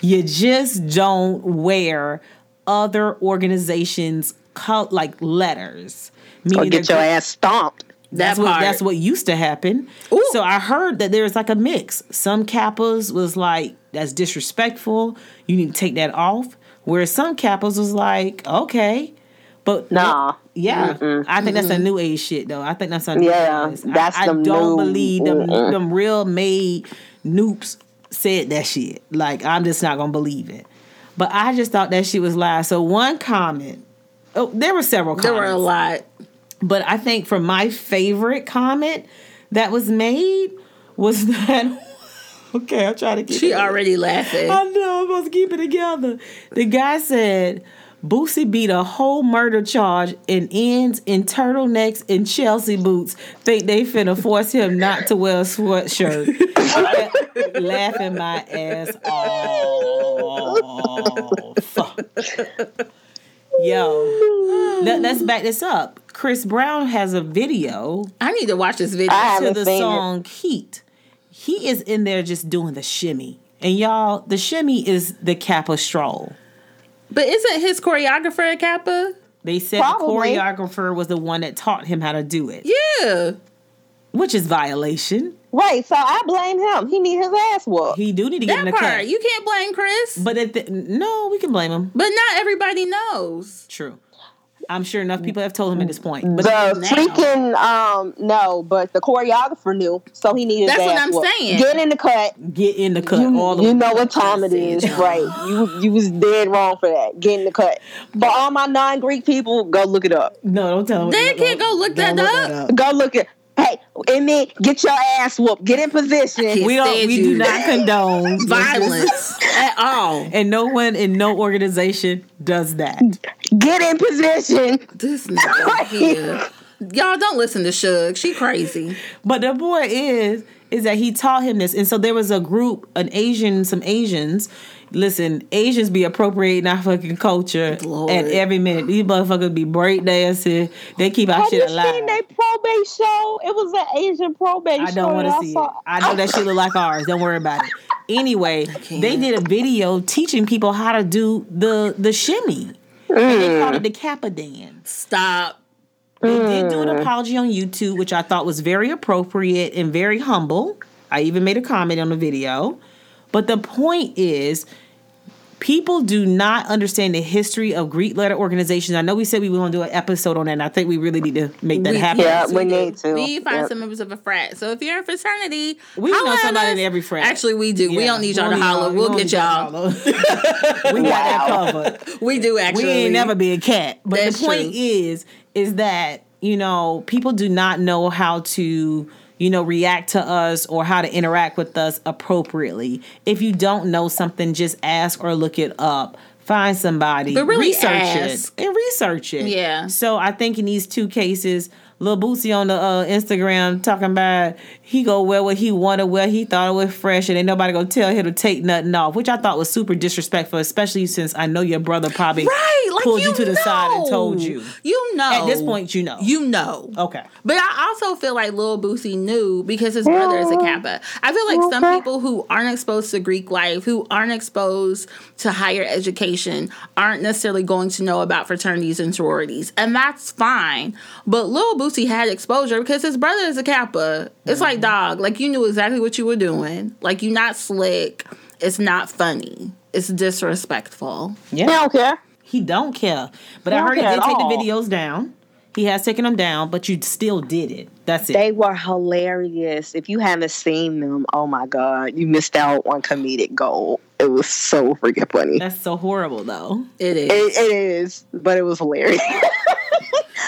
Speaker 4: you just don't wear other organizations col- like letters
Speaker 5: Or
Speaker 4: meaning
Speaker 5: get
Speaker 4: they're
Speaker 5: your
Speaker 4: Greek-
Speaker 5: ass stomped.
Speaker 3: that
Speaker 4: that's what
Speaker 3: part.
Speaker 4: that's what used to happen. So I heard that there's like a mix. Some kappas was like, that's disrespectful. You need to take that off. Whereas some kappas was like, okay. But
Speaker 5: Nah.
Speaker 4: yeah, I think that's a new age shit though. I think that's a new
Speaker 5: Yeah,
Speaker 4: age. I-
Speaker 5: that's
Speaker 4: I,
Speaker 5: them
Speaker 4: don't
Speaker 5: new-
Speaker 4: believe them them real made Noops said that shit. Like I'm just not gonna believe it. But I just thought that shit was lies. So one comment. Oh, there were several comments.
Speaker 3: There were a lot.
Speaker 4: But I think for my favorite comment that was made was that okay, I'll try to get
Speaker 3: She
Speaker 4: it.
Speaker 3: already laughing.
Speaker 4: I know, I'm supposed to keep it together. The guy said Boosie beat a whole murder charge and ends in turtlenecks and Chelsea boots. Think they finna force him not to wear a sweatshirt. Laughing my ass off. Yo, let, let's back this up. Chris Brown has a video
Speaker 3: I need to watch this video.
Speaker 5: I
Speaker 4: to
Speaker 5: haven't
Speaker 4: the
Speaker 5: seen it.
Speaker 4: song Heat. He is in there just doing the shimmy. And y'all, the shimmy is the Kappa stroll.
Speaker 3: but isn't his choreographer a Kappa?
Speaker 4: They said
Speaker 5: Probably.
Speaker 4: the choreographer was the one that taught him how to do it,
Speaker 3: Yeah.
Speaker 4: which is violation.
Speaker 5: Right, so I blame him. He need his ass whooped.
Speaker 4: He do need to get in
Speaker 3: That
Speaker 4: the
Speaker 3: part.
Speaker 4: car.
Speaker 3: You can't blame Chris. But,
Speaker 4: But at the, no, we can blame him.
Speaker 3: not everybody knows.
Speaker 4: True. I'm sure enough people have told him at this point. But
Speaker 5: The
Speaker 3: now.
Speaker 5: freaking um no, but the choreographer knew, so he needed.
Speaker 3: That's
Speaker 5: ass
Speaker 3: what I'm
Speaker 5: whooped.
Speaker 3: saying.
Speaker 5: Get in the cut.
Speaker 4: get in the cut
Speaker 5: you,
Speaker 4: all the
Speaker 5: you
Speaker 4: way.
Speaker 5: know what time it is, right? You you was dead wrong for that. Get in the cut. But all my non Greek people, go look it up.
Speaker 4: No, don't tell him.
Speaker 3: They can't go look that up.
Speaker 5: Go look it. Hey, and then get your ass whooped. Get in position.
Speaker 4: We don't.
Speaker 3: Stand
Speaker 4: We
Speaker 3: you.
Speaker 4: do not condone
Speaker 3: Violence at all.
Speaker 4: and no one in no organization does that.
Speaker 5: Get in position.
Speaker 3: This nigga here. Y'all don't listen to Suge. She crazy.
Speaker 4: But the boy is is that he taught him this, and so there was a group, an Asian, some Asians. Listen, Asians be appropriating our fucking culture
Speaker 3: Lord.
Speaker 4: at every minute. These motherfuckers be break dancing. They keep our
Speaker 5: Have you
Speaker 4: shit
Speaker 5: seen
Speaker 4: alive.
Speaker 5: that probate show? It was an Asian probate
Speaker 4: I
Speaker 5: show.
Speaker 4: don't want
Speaker 5: that
Speaker 4: to see it.
Speaker 5: saw.
Speaker 4: I know that shit look like ours. Don't worry about it. Anyway, they did a video teaching people how to do the the shimmy. And they
Speaker 5: Mm.
Speaker 4: called it the Kappa dance.
Speaker 3: Stop.
Speaker 4: They did do an apology on YouTube, which I thought was very appropriate and very humble. I even made a comment on the video. But the point is, people do not understand the history of Greek letter organizations. I know we said we were going to do an episode on that, and I think we really need to make that
Speaker 3: We-
Speaker 4: happen.
Speaker 5: Yeah,
Speaker 3: Yes,
Speaker 5: we
Speaker 3: do.
Speaker 5: need to.
Speaker 3: We find
Speaker 5: Yep.
Speaker 3: some members of a frat. So if you're in fraternity,
Speaker 4: We know
Speaker 3: holla at
Speaker 4: somebody in
Speaker 3: us.
Speaker 4: every frat.
Speaker 3: Actually, we do. We
Speaker 4: Yeah,
Speaker 3: don't need y'all to
Speaker 4: we don't
Speaker 3: holler. We'll
Speaker 4: we
Speaker 3: get y'all.
Speaker 4: don't need holler. we got that covered.
Speaker 3: We do actually.
Speaker 4: We ain't never be a cat. But
Speaker 3: That's
Speaker 4: the point
Speaker 3: true.
Speaker 4: is, is that you know people do not know how to you know react to us or how to interact with us appropriately. If you don't know something, just ask or look it up. Find somebody,
Speaker 3: But really
Speaker 4: research
Speaker 3: ask.
Speaker 4: it and research it.
Speaker 3: Yeah.
Speaker 4: So I think in these two cases, Lil Boosie on the uh, Instagram talking about he go wear what he wanted, where he thought it was fresh, and ain't nobody gonna tell him to take nothing off, which I thought was super disrespectful, especially since I know your brother probably
Speaker 3: Right, like
Speaker 4: pulled you,
Speaker 3: you
Speaker 4: to the side and
Speaker 3: know.
Speaker 4: told you.
Speaker 3: You know.
Speaker 4: At this point, you know.
Speaker 3: you know.
Speaker 4: okay.
Speaker 3: But I also feel like Lil Boosie knew because his brother is a Kappa. I feel like some people who aren't exposed to Greek life, who aren't exposed to higher education, aren't necessarily going to know about fraternities and sororities. And that's fine. But Lil Boosie had exposure because his brother is a Kappa. It's like,
Speaker 4: Mm-hmm.
Speaker 3: dog, like you knew exactly what you were doing. Like, you're not slick. It's not funny. It's disrespectful.
Speaker 5: I don't care.
Speaker 4: He don't care. But I
Speaker 5: don't
Speaker 4: heard he
Speaker 5: care
Speaker 4: did
Speaker 5: at
Speaker 4: take the
Speaker 5: all.
Speaker 4: videos down. He has taken them down, but you still did it. That's it.
Speaker 5: They were hilarious. If you haven't seen them, oh my god, you missed out on comedic gold. It was so freaking funny.
Speaker 4: That's so horrible, though.
Speaker 3: It is.
Speaker 5: It, it is, but it was hilarious.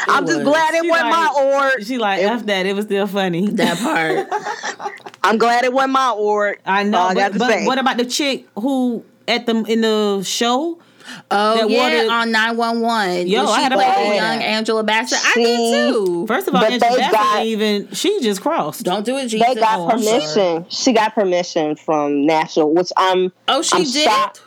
Speaker 5: I'm just
Speaker 3: was.
Speaker 5: glad it
Speaker 4: She
Speaker 5: wasn't
Speaker 4: like-
Speaker 5: my org.
Speaker 4: She like f that. It was still funny.
Speaker 3: that part.
Speaker 5: I'm glad it wasn't my org.
Speaker 4: I know.
Speaker 5: All I
Speaker 4: but
Speaker 5: got to
Speaker 4: but
Speaker 5: say.
Speaker 4: what about the chick who at the in the show?
Speaker 3: Oh
Speaker 4: that
Speaker 3: yeah,
Speaker 4: wanted-
Speaker 3: on nine one one.
Speaker 4: Yo, I
Speaker 3: she
Speaker 4: had a
Speaker 3: played
Speaker 4: problem
Speaker 3: the
Speaker 4: with
Speaker 3: young
Speaker 4: that.
Speaker 3: Angela Bassett. I
Speaker 5: She-
Speaker 3: did too.
Speaker 4: First of all,
Speaker 5: But
Speaker 4: and she
Speaker 5: they
Speaker 4: Bassett
Speaker 5: got-
Speaker 4: ain't even she just crossed.
Speaker 3: Don't do it, Jesus.
Speaker 5: they got
Speaker 4: Oh, I'm
Speaker 5: permission. She got permission from National, which I'm.
Speaker 3: Oh, she
Speaker 5: I'm
Speaker 3: did.
Speaker 5: shocked.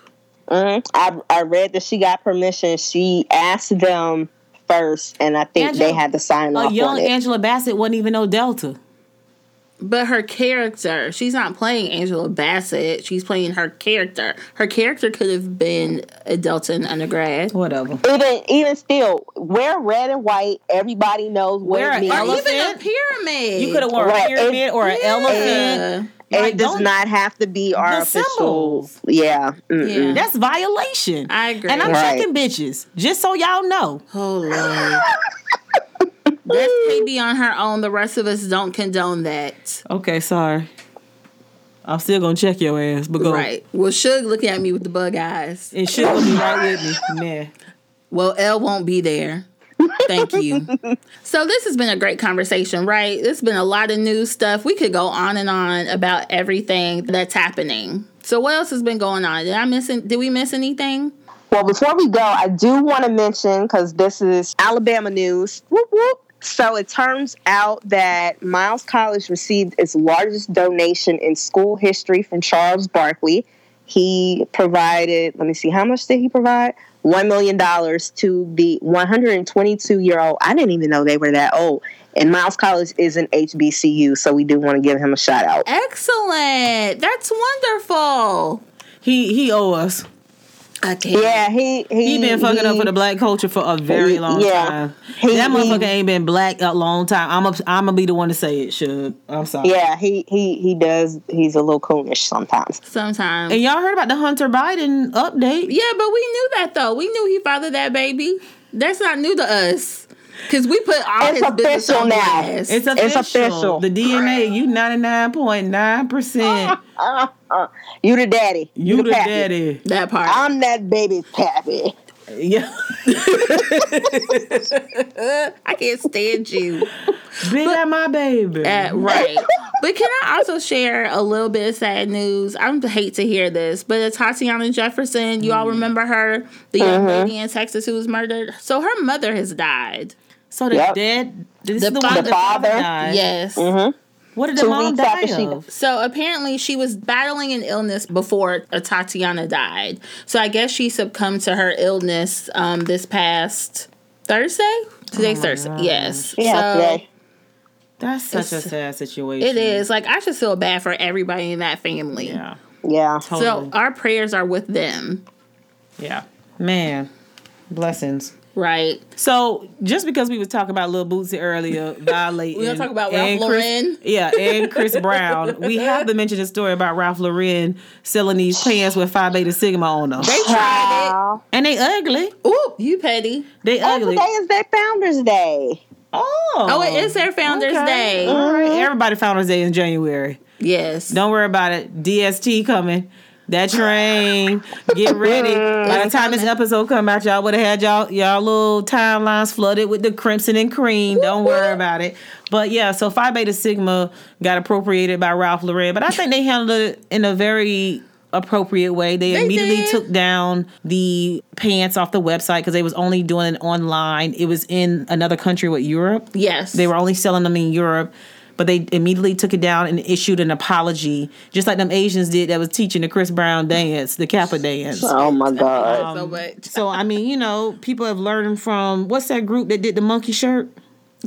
Speaker 5: Mhm. I I read that she got permission. She asked them first, and I think
Speaker 4: Angela-
Speaker 5: they had to sign
Speaker 4: A
Speaker 5: off on
Speaker 4: young
Speaker 5: it.
Speaker 4: Angela Bassett wasn't even no Delta.
Speaker 3: But her character, she's not playing Angela Bassett. She's playing her character. Her character could have been a Delta in undergrad.
Speaker 4: Whatever.
Speaker 5: even even still, wear red and white. Everybody knows what
Speaker 4: Wear
Speaker 5: it
Speaker 4: an
Speaker 5: means.
Speaker 3: Or
Speaker 4: elephant.
Speaker 3: even a pyramid.
Speaker 4: You could have worn
Speaker 5: Right,
Speaker 4: a
Speaker 5: it-
Speaker 4: pyramid or an
Speaker 3: Yeah.
Speaker 4: elephant. Like,
Speaker 5: it does
Speaker 4: don't-
Speaker 5: not have to be our
Speaker 4: The
Speaker 5: official.
Speaker 4: symbols.
Speaker 5: Yeah. Mm-mm.
Speaker 3: Yeah.
Speaker 4: That's violation.
Speaker 3: I agree.
Speaker 4: And I'm
Speaker 5: Right.
Speaker 4: checking bitches, just so y'all know.
Speaker 3: Oh Lord. That's Katie on her own. The rest of us don't condone that.
Speaker 4: Okay, sorry. I'm still gonna check your ass, but go
Speaker 3: Right. Well, Suge looking at me with the bug eyes.
Speaker 4: And she'll be right with me. Nah.
Speaker 3: Well, L won't be there. Thank you. so this has been a great conversation, right? It's been a lot of new stuff. We could go on and on about everything that's happening. So what else has been going on? Did I miss? An- did we miss anything?
Speaker 5: Well, before we go, I do want to mention because this is Alabama news. Whoop whoop. So it turns out that Miles College received its largest donation in school history from Charles Barkley. He provided, let me see, how much did he provide? $1 million to the 122 year old. I didn't even know they were that old. And Miles College is an HBCU, so we do want to give him a shout out.
Speaker 3: Excellent. That's wonderful.
Speaker 4: He he owe us.
Speaker 3: I can't.
Speaker 5: Yeah, he
Speaker 4: He
Speaker 5: he
Speaker 4: been fucking up
Speaker 5: he-
Speaker 4: for the black culture for a very long
Speaker 5: Yeah.
Speaker 4: time.
Speaker 5: He-
Speaker 4: that motherfucker
Speaker 5: he-
Speaker 4: ain't been black a long time. I'm a, I'm gonna be the one to say it. Should I'm sorry.
Speaker 5: Yeah, he he he does. He's a little coonish sometimes.
Speaker 3: Sometimes.
Speaker 4: And y'all heard about the Hunter Biden update?
Speaker 3: Yeah, but we knew that though. We knew he fathered that baby. That's not new to us. Cause we put all
Speaker 5: It's
Speaker 3: his business
Speaker 5: official
Speaker 3: on
Speaker 5: now.
Speaker 3: blast.
Speaker 4: It's official.
Speaker 5: It's official.
Speaker 4: The DNA, you 99.9 percent.
Speaker 5: Uh, uh, you the daddy.
Speaker 4: You the
Speaker 5: pappy.
Speaker 4: daddy.
Speaker 3: that part.
Speaker 5: I'm that baby's pappy.
Speaker 4: Yeah.
Speaker 3: I can't stand you.
Speaker 4: Be that my baby.
Speaker 3: Uh, right. but can I also share a little bit of sad news? I am hate to hear this, but it's Tatiana Jefferson. You all remember her, the young lady in Texas who was murdered. So her mother has died.
Speaker 4: so the
Speaker 5: Yep.
Speaker 4: dad, this
Speaker 3: The
Speaker 4: is the,
Speaker 3: father-
Speaker 4: one the father
Speaker 5: father.
Speaker 4: died.
Speaker 3: Yes.
Speaker 4: What did the
Speaker 5: Two
Speaker 4: mom
Speaker 5: weeks
Speaker 4: die
Speaker 5: after she-
Speaker 4: of?
Speaker 3: So apparently, she was battling an illness before uh, Tatiana died. So I guess she succumbed to her illness um, this past Thursday. Today's Thursday. Yes.
Speaker 5: Yeah,
Speaker 3: So
Speaker 5: today.
Speaker 4: That's such a
Speaker 3: It's-
Speaker 4: sad situation.
Speaker 3: it is like I just feel bad for everybody in that family.
Speaker 4: Yeah.
Speaker 5: Yeah.
Speaker 3: So
Speaker 4: Totally.
Speaker 3: our prayers are with them,
Speaker 4: yeah. Man. Blessings.
Speaker 3: right?
Speaker 4: So just because we was talking about Lil Bootsy earlier, violating
Speaker 3: We gonna talk about Ralph
Speaker 4: and Chris-
Speaker 3: Lauren?
Speaker 4: yeah, and Chris Brown. We have to mention the story about Ralph Lauren selling these pants with Phi Beta Sigma on them,
Speaker 3: They tried
Speaker 5: Wow.
Speaker 4: and they ugly.
Speaker 3: it. Ooh, you petty.
Speaker 4: They
Speaker 5: Oh,
Speaker 4: ugly.
Speaker 5: today is their Founders Day.
Speaker 4: Oh,
Speaker 3: Oh, it is their Founders
Speaker 4: Okay.
Speaker 3: Day.
Speaker 4: All right, everybody Founders Day in January.
Speaker 3: Yes.
Speaker 4: Don't worry about it. DST coming. That train. Get ready. By the time this episode come out, y'all would have had y'all y'all little timelines flooded with the crimson and cream. Don't worry about it. But yeah, so Phi Beta Sigma got appropriated by Ralph Lauren, but I think they handled it in a very appropriate way. They,
Speaker 3: They
Speaker 4: immediately
Speaker 3: did.
Speaker 4: took down the pants off the website because they was only doing it online. It was in another country with Europe.
Speaker 3: yes.
Speaker 4: They were only selling them in Europe, but they immediately took it down and issued an apology, just like them Asians did that was teaching the Chris Brown dance, the Kappa dance.
Speaker 5: Oh my God.
Speaker 4: um,
Speaker 3: so much.
Speaker 4: So I mean, you know, people have learned from what's that group that did the monkey shirt?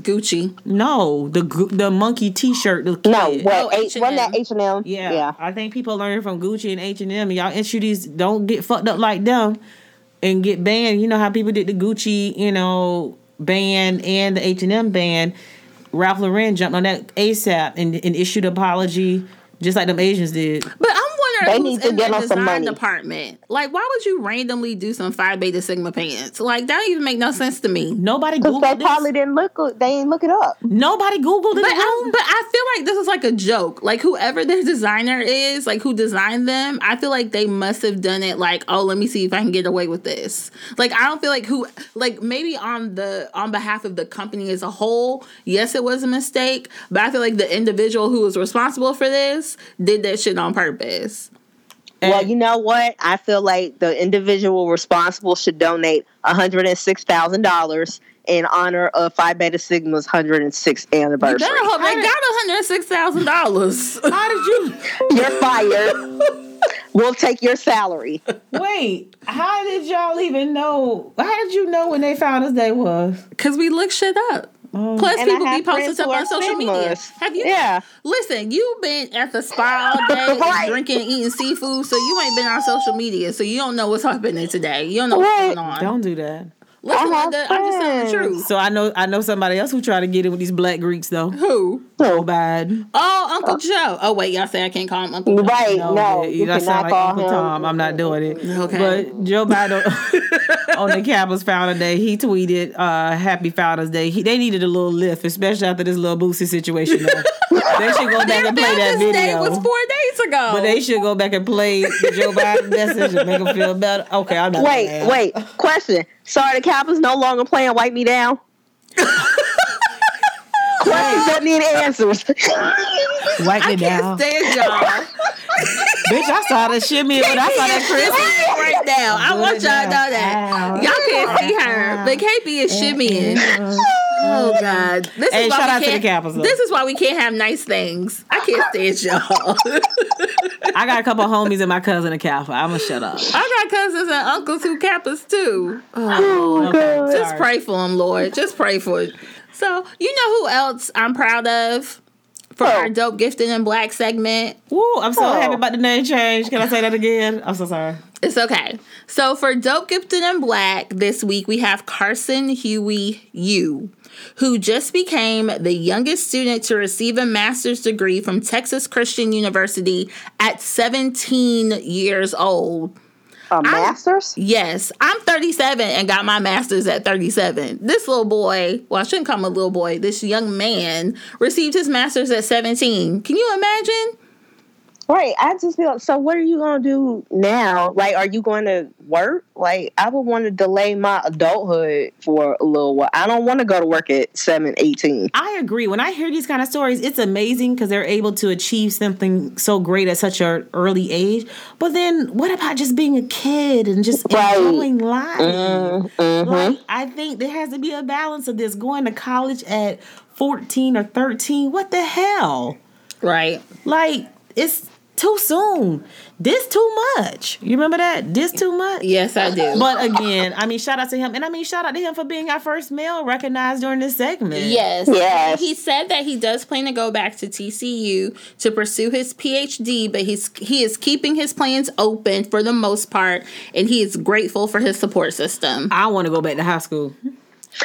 Speaker 3: Gucci.
Speaker 4: No, the gr- the monkey T-shirt. The
Speaker 5: No,
Speaker 4: kid.
Speaker 5: what?
Speaker 3: Oh,
Speaker 5: H- wasn't that H and M?
Speaker 4: Yeah,
Speaker 5: Yeah.
Speaker 4: I think people learning from Gucci and H and M. Y'all issue these. Don't get fucked up like them, and get banned. You know how people did the Gucci, you know, ban and the H and M ban. Ralph Lauren jumped on that ASAP and, and issued apology, just like them Asians did.
Speaker 3: But I'm wondering
Speaker 5: They
Speaker 3: who's
Speaker 5: need to
Speaker 3: in
Speaker 5: get
Speaker 3: the
Speaker 5: us some
Speaker 3: design
Speaker 5: money.
Speaker 3: department. Like, why would you randomly do some Phi Beta Sigma pants? Like, that don't even make no sense to me.
Speaker 4: Nobody
Speaker 5: Because
Speaker 4: googled
Speaker 5: they
Speaker 4: this.
Speaker 5: probably didn't look. They didn't look it up.
Speaker 4: Nobody googled
Speaker 3: But
Speaker 4: it.
Speaker 3: I, but I feel like this is like a joke. Like whoever their designer is, like who designed them, I feel like they must have done it like, oh, let me see if I can get away with this. Like I don't feel like who like maybe on the on behalf of the company as a whole, yes, it was a mistake, but I feel like the individual who was responsible for this did that shit on purpose.
Speaker 5: well, you know what? I feel like the individual responsible should donate one hundred and six thousand dollars in honor of Phi Beta Sigma's hundred and sixth anniversary.
Speaker 3: Better hope they got hundred six thousand dollars.
Speaker 4: How did you
Speaker 5: You're fired. we'll take your salary.
Speaker 4: wait? How did y'all even know? How did you know when they found us? They was
Speaker 3: Cause we look shit up. Plus,
Speaker 5: Oh. And I
Speaker 3: people be
Speaker 5: have
Speaker 3: posting
Speaker 5: friends
Speaker 3: stuff
Speaker 5: who
Speaker 3: on
Speaker 5: are
Speaker 3: social media.
Speaker 5: famous.
Speaker 3: Have you?
Speaker 5: Yeah.
Speaker 3: Listen, you've been at the spa all day,
Speaker 5: Right.
Speaker 3: drinking, eating seafood, so you ain't been on social media, so you don't know what's happening today. You don't know what's
Speaker 5: Right.
Speaker 3: going on.
Speaker 4: don't do that.
Speaker 3: Listen,
Speaker 5: I have
Speaker 3: Linda, I'm just telling the
Speaker 5: friends.
Speaker 3: truth.
Speaker 4: So I know I know somebody else who tried to get in with these black Greeks though.
Speaker 3: Who?
Speaker 4: So bad.
Speaker 3: Oh,
Speaker 4: Uh.
Speaker 3: Uncle Joe. Oh wait, y'all say I can't call him Uncle. Joe.
Speaker 5: Right? No,
Speaker 4: but
Speaker 5: you
Speaker 4: that
Speaker 5: cannot
Speaker 4: sound like
Speaker 5: call
Speaker 4: Uncle
Speaker 5: him.
Speaker 4: Tom. I'm not doing it.
Speaker 3: Okay.
Speaker 4: But Joe Biden, on the Cowboys Founders Day. He tweeted, uh, "Happy Founders Day." He, they needed a little lift, especially after this little Boosie situation. though. they should go back and play that
Speaker 3: Founders Day
Speaker 4: video.
Speaker 3: was four days ago.
Speaker 4: but they should go back and play the Joe Biden message and make them feel better. Okay, I'm not.
Speaker 5: Wait, wait. Question. So are the Cowboys no longer playing Wipe Me Down? Questions that need answers.
Speaker 4: wipe
Speaker 3: I
Speaker 4: it
Speaker 3: can't
Speaker 4: down,
Speaker 3: stand y'all.
Speaker 4: bitch. I saw that shimmy when I saw that Chris.
Speaker 3: right now. I
Speaker 4: Good
Speaker 3: want y'all to know
Speaker 4: now.
Speaker 3: that. Y'all can't see her, but KB is shimmying. Oh God! This
Speaker 4: Hey,
Speaker 3: is why
Speaker 4: shout
Speaker 3: we
Speaker 4: out to the
Speaker 3: can't-
Speaker 4: Capitals, though.
Speaker 3: This is why we can't have nice things. I can't stand y'all.
Speaker 4: I got a couple homies and my cousin a Kappa. I'm gonna shut up.
Speaker 3: I got cousins and uncles who Kappas too.
Speaker 5: oh, God.
Speaker 3: Just pray for them, Lord. Just pray for it. So you know who else I'm proud of for our dope gifting in black segment.
Speaker 4: Woo, I'm so
Speaker 5: Oh.
Speaker 4: happy about the name change. Can I say that again? I'm so sorry.
Speaker 3: It's okay. So for Dope Gifted in Black this week, we have Carson Huey Yu, who just became the youngest student to receive a master's degree from Texas Christian University at 17 years old.
Speaker 5: A master's?
Speaker 3: Yes, I'm 37 and got my master's at 37. This little boy, well, I shouldn't call him a little boy, this young man received his master's at 17. Can you imagine?
Speaker 5: Right. I just feel so what are you gonna do now? Like are you gonna work? Like I would wanna delay my adulthood for a little while. I don't wanna go to work at seven, eighteen.
Speaker 4: I agree. When I hear these kind of stories, it's amazing because they're able to achieve something so great at such an early age. But then, what about just being a kid and just
Speaker 5: Right.
Speaker 4: enjoying life?
Speaker 5: mhm.
Speaker 4: Like, I think there has to be a balance of this. Going to college at 14 or 13, what the hell?
Speaker 3: Right.
Speaker 4: Like, it's too soon. This too much. You remember that? This too much?
Speaker 3: Yes, I do.
Speaker 4: But again, I mean, shout out to him, and I mean, shout out to him for being our first male recognized during this segment.
Speaker 3: Yes.
Speaker 5: Yes.
Speaker 3: He said that he does plan to go back to TCU to pursue his PhD, but he's he is keeping his plans open for the most part, and he is grateful for his support system.
Speaker 4: I want to go back to high school.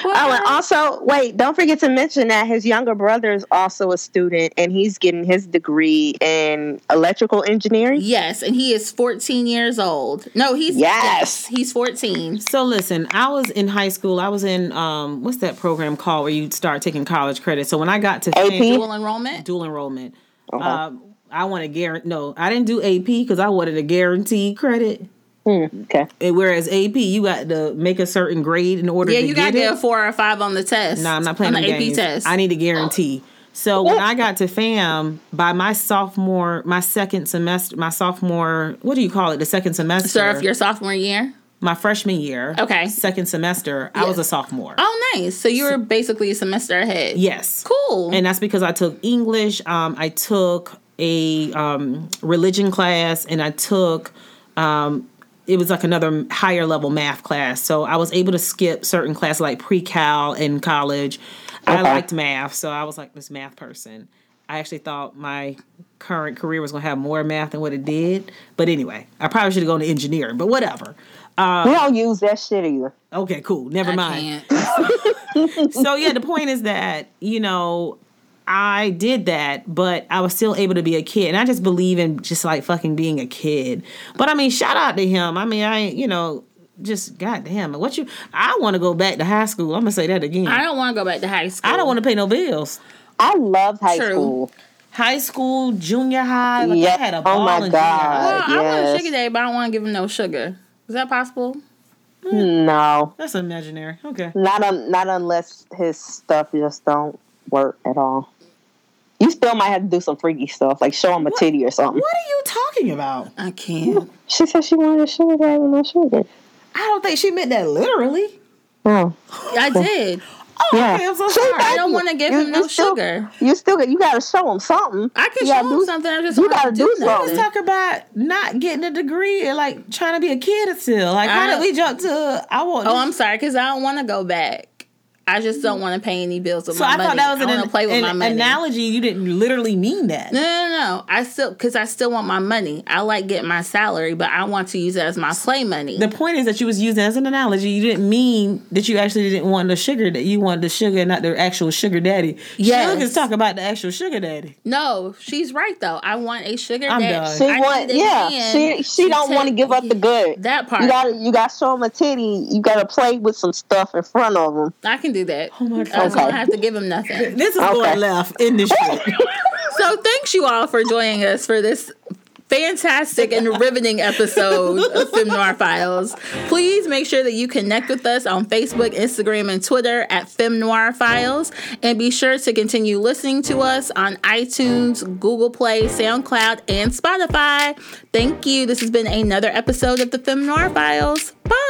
Speaker 5: Oh, and also, wait, don't forget to mention that his younger brother is also a student and he's getting his degree in electrical engineering.
Speaker 3: Yes, and he is 14 years old. No, he's
Speaker 5: Yes.
Speaker 3: he's 14.
Speaker 4: So listen, I was in high school. I was in um, what's that program called where you start taking college credit? So when I got to
Speaker 5: AP?
Speaker 4: Fan-
Speaker 3: Dual enrollment.
Speaker 4: dual enrollment, um, I want to guarantee. No, I didn't do AP because I wanted a guaranteed credit.
Speaker 5: Okay.
Speaker 4: And Whereas AP, you got to make a certain grade in order.
Speaker 3: yeah,
Speaker 4: to
Speaker 3: you gotta
Speaker 4: get it.
Speaker 3: get a four or five on the test.
Speaker 4: No, I'm not playing
Speaker 3: on
Speaker 4: the
Speaker 3: the AP
Speaker 4: games.
Speaker 3: test.
Speaker 4: I need a guarantee. So when I got to FAM by my sophomore, my second semester, my sophomore, what do you call it? The second semester,
Speaker 3: Sir, if your sophomore year.
Speaker 4: my freshman year.
Speaker 3: Okay.
Speaker 4: second semester, I was a sophomore.
Speaker 3: Oh, nice. So you were basically a semester ahead.
Speaker 4: Yes,
Speaker 3: Cool.
Speaker 4: and that's because I took English. Um, I took a um, religion class, and I took. Um, it was like another higher level math class, so I was able to skip certain classes like pre cal in college. I liked math, so I was like this math person. I actually thought my current career was going to have more math than what it did, but anyway, I probably should have gone to engineering, but whatever.
Speaker 5: we don't use that shit either.
Speaker 4: Okay, cool. Never
Speaker 3: I
Speaker 4: mind
Speaker 3: can't.
Speaker 4: so yeah, the point is that you know I did that, but I was still able to be a kid, and I just believe in just like fucking being a kid. But I mean, shout out to him. I mean, I ain't, you know just goddamn what you. I want to go back to high school. I'm gonna say that again.
Speaker 3: I
Speaker 4: I
Speaker 3: don't want to go back to high school.
Speaker 4: don't, want to pay no bills.
Speaker 5: I loved high
Speaker 3: True.
Speaker 5: school.
Speaker 4: High school, junior high. Like
Speaker 5: Yeah.
Speaker 4: I had a
Speaker 5: Oh
Speaker 4: ball
Speaker 5: my
Speaker 4: in junior high.
Speaker 5: God.
Speaker 3: Well, I want a
Speaker 5: Yes.
Speaker 3: sugar daddy, but I don't want to give him no sugar. Is that possible?
Speaker 5: No,
Speaker 4: That's imaginary. Okay.
Speaker 5: not un- not unless his stuff just don't work at all. You still might have to do some freaky stuff, like show him a titty or something.
Speaker 4: What are you talking about?
Speaker 3: I can't.
Speaker 5: She said she wanted a sugar daddy, no sugar.
Speaker 4: I don't think she meant that literally.
Speaker 5: Oh,
Speaker 3: I did.
Speaker 4: Oh,
Speaker 5: Yeah.
Speaker 4: okay, I'm so
Speaker 5: She
Speaker 4: sorry.
Speaker 3: I don't want to give him no
Speaker 5: still,
Speaker 3: sugar.
Speaker 5: You still got you got to show him something.
Speaker 3: I can
Speaker 5: You gotta
Speaker 3: show him
Speaker 5: do-
Speaker 3: something. I just
Speaker 5: you
Speaker 3: don't have
Speaker 5: gotta
Speaker 3: to
Speaker 5: do
Speaker 4: Let's
Speaker 5: something.
Speaker 4: talk about not getting a degree and like trying to be a kid still. Like, how
Speaker 3: I-
Speaker 4: did we jump to I want?
Speaker 3: Oh, I'm sorry, because I don't want to go back. I just don't want to pay any bills with
Speaker 4: So
Speaker 3: my
Speaker 4: I
Speaker 3: money.
Speaker 4: thought that was
Speaker 3: I
Speaker 4: an,
Speaker 3: want to play with
Speaker 4: an
Speaker 3: my money.
Speaker 4: analogy. You didn't literally mean that.
Speaker 3: no, no, no. I still because I still want my money. I like getting my salary, but I want to use it as my play money.
Speaker 4: The point is that you was using it as an analogy. You didn't mean that you actually didn't want the sugar. That you wanted the sugar, not the actual sugar daddy.
Speaker 3: Yes.
Speaker 4: Sugar's talk about the actual sugar daddy.
Speaker 3: no, she's right though. I want a sugar
Speaker 4: I'm
Speaker 3: daddy.
Speaker 4: done.
Speaker 5: She
Speaker 3: I need
Speaker 5: want,
Speaker 3: a
Speaker 5: yeah.
Speaker 3: man
Speaker 5: She she
Speaker 3: to
Speaker 5: don't want to
Speaker 3: take-
Speaker 5: give up the good.
Speaker 3: That part,
Speaker 5: You gotta you gotta show him a titty. You gotta play with some stuff in front of him.
Speaker 3: I can do that. Oh
Speaker 4: my
Speaker 3: I just
Speaker 5: God.
Speaker 3: don't have to give him nothing.
Speaker 4: This is
Speaker 5: Okay.
Speaker 4: going left in this shit.
Speaker 3: So thanks you all for joining us for this fantastic and riveting episode of Femnoir Files. Please make sure that you connect with us on Facebook, Instagram, and Twitter at Femnoir Files. And be sure to continue listening to us on iTunes, Google Play, SoundCloud, and Spotify. Thank you. This has been another episode of the Femnoir Files. Bye.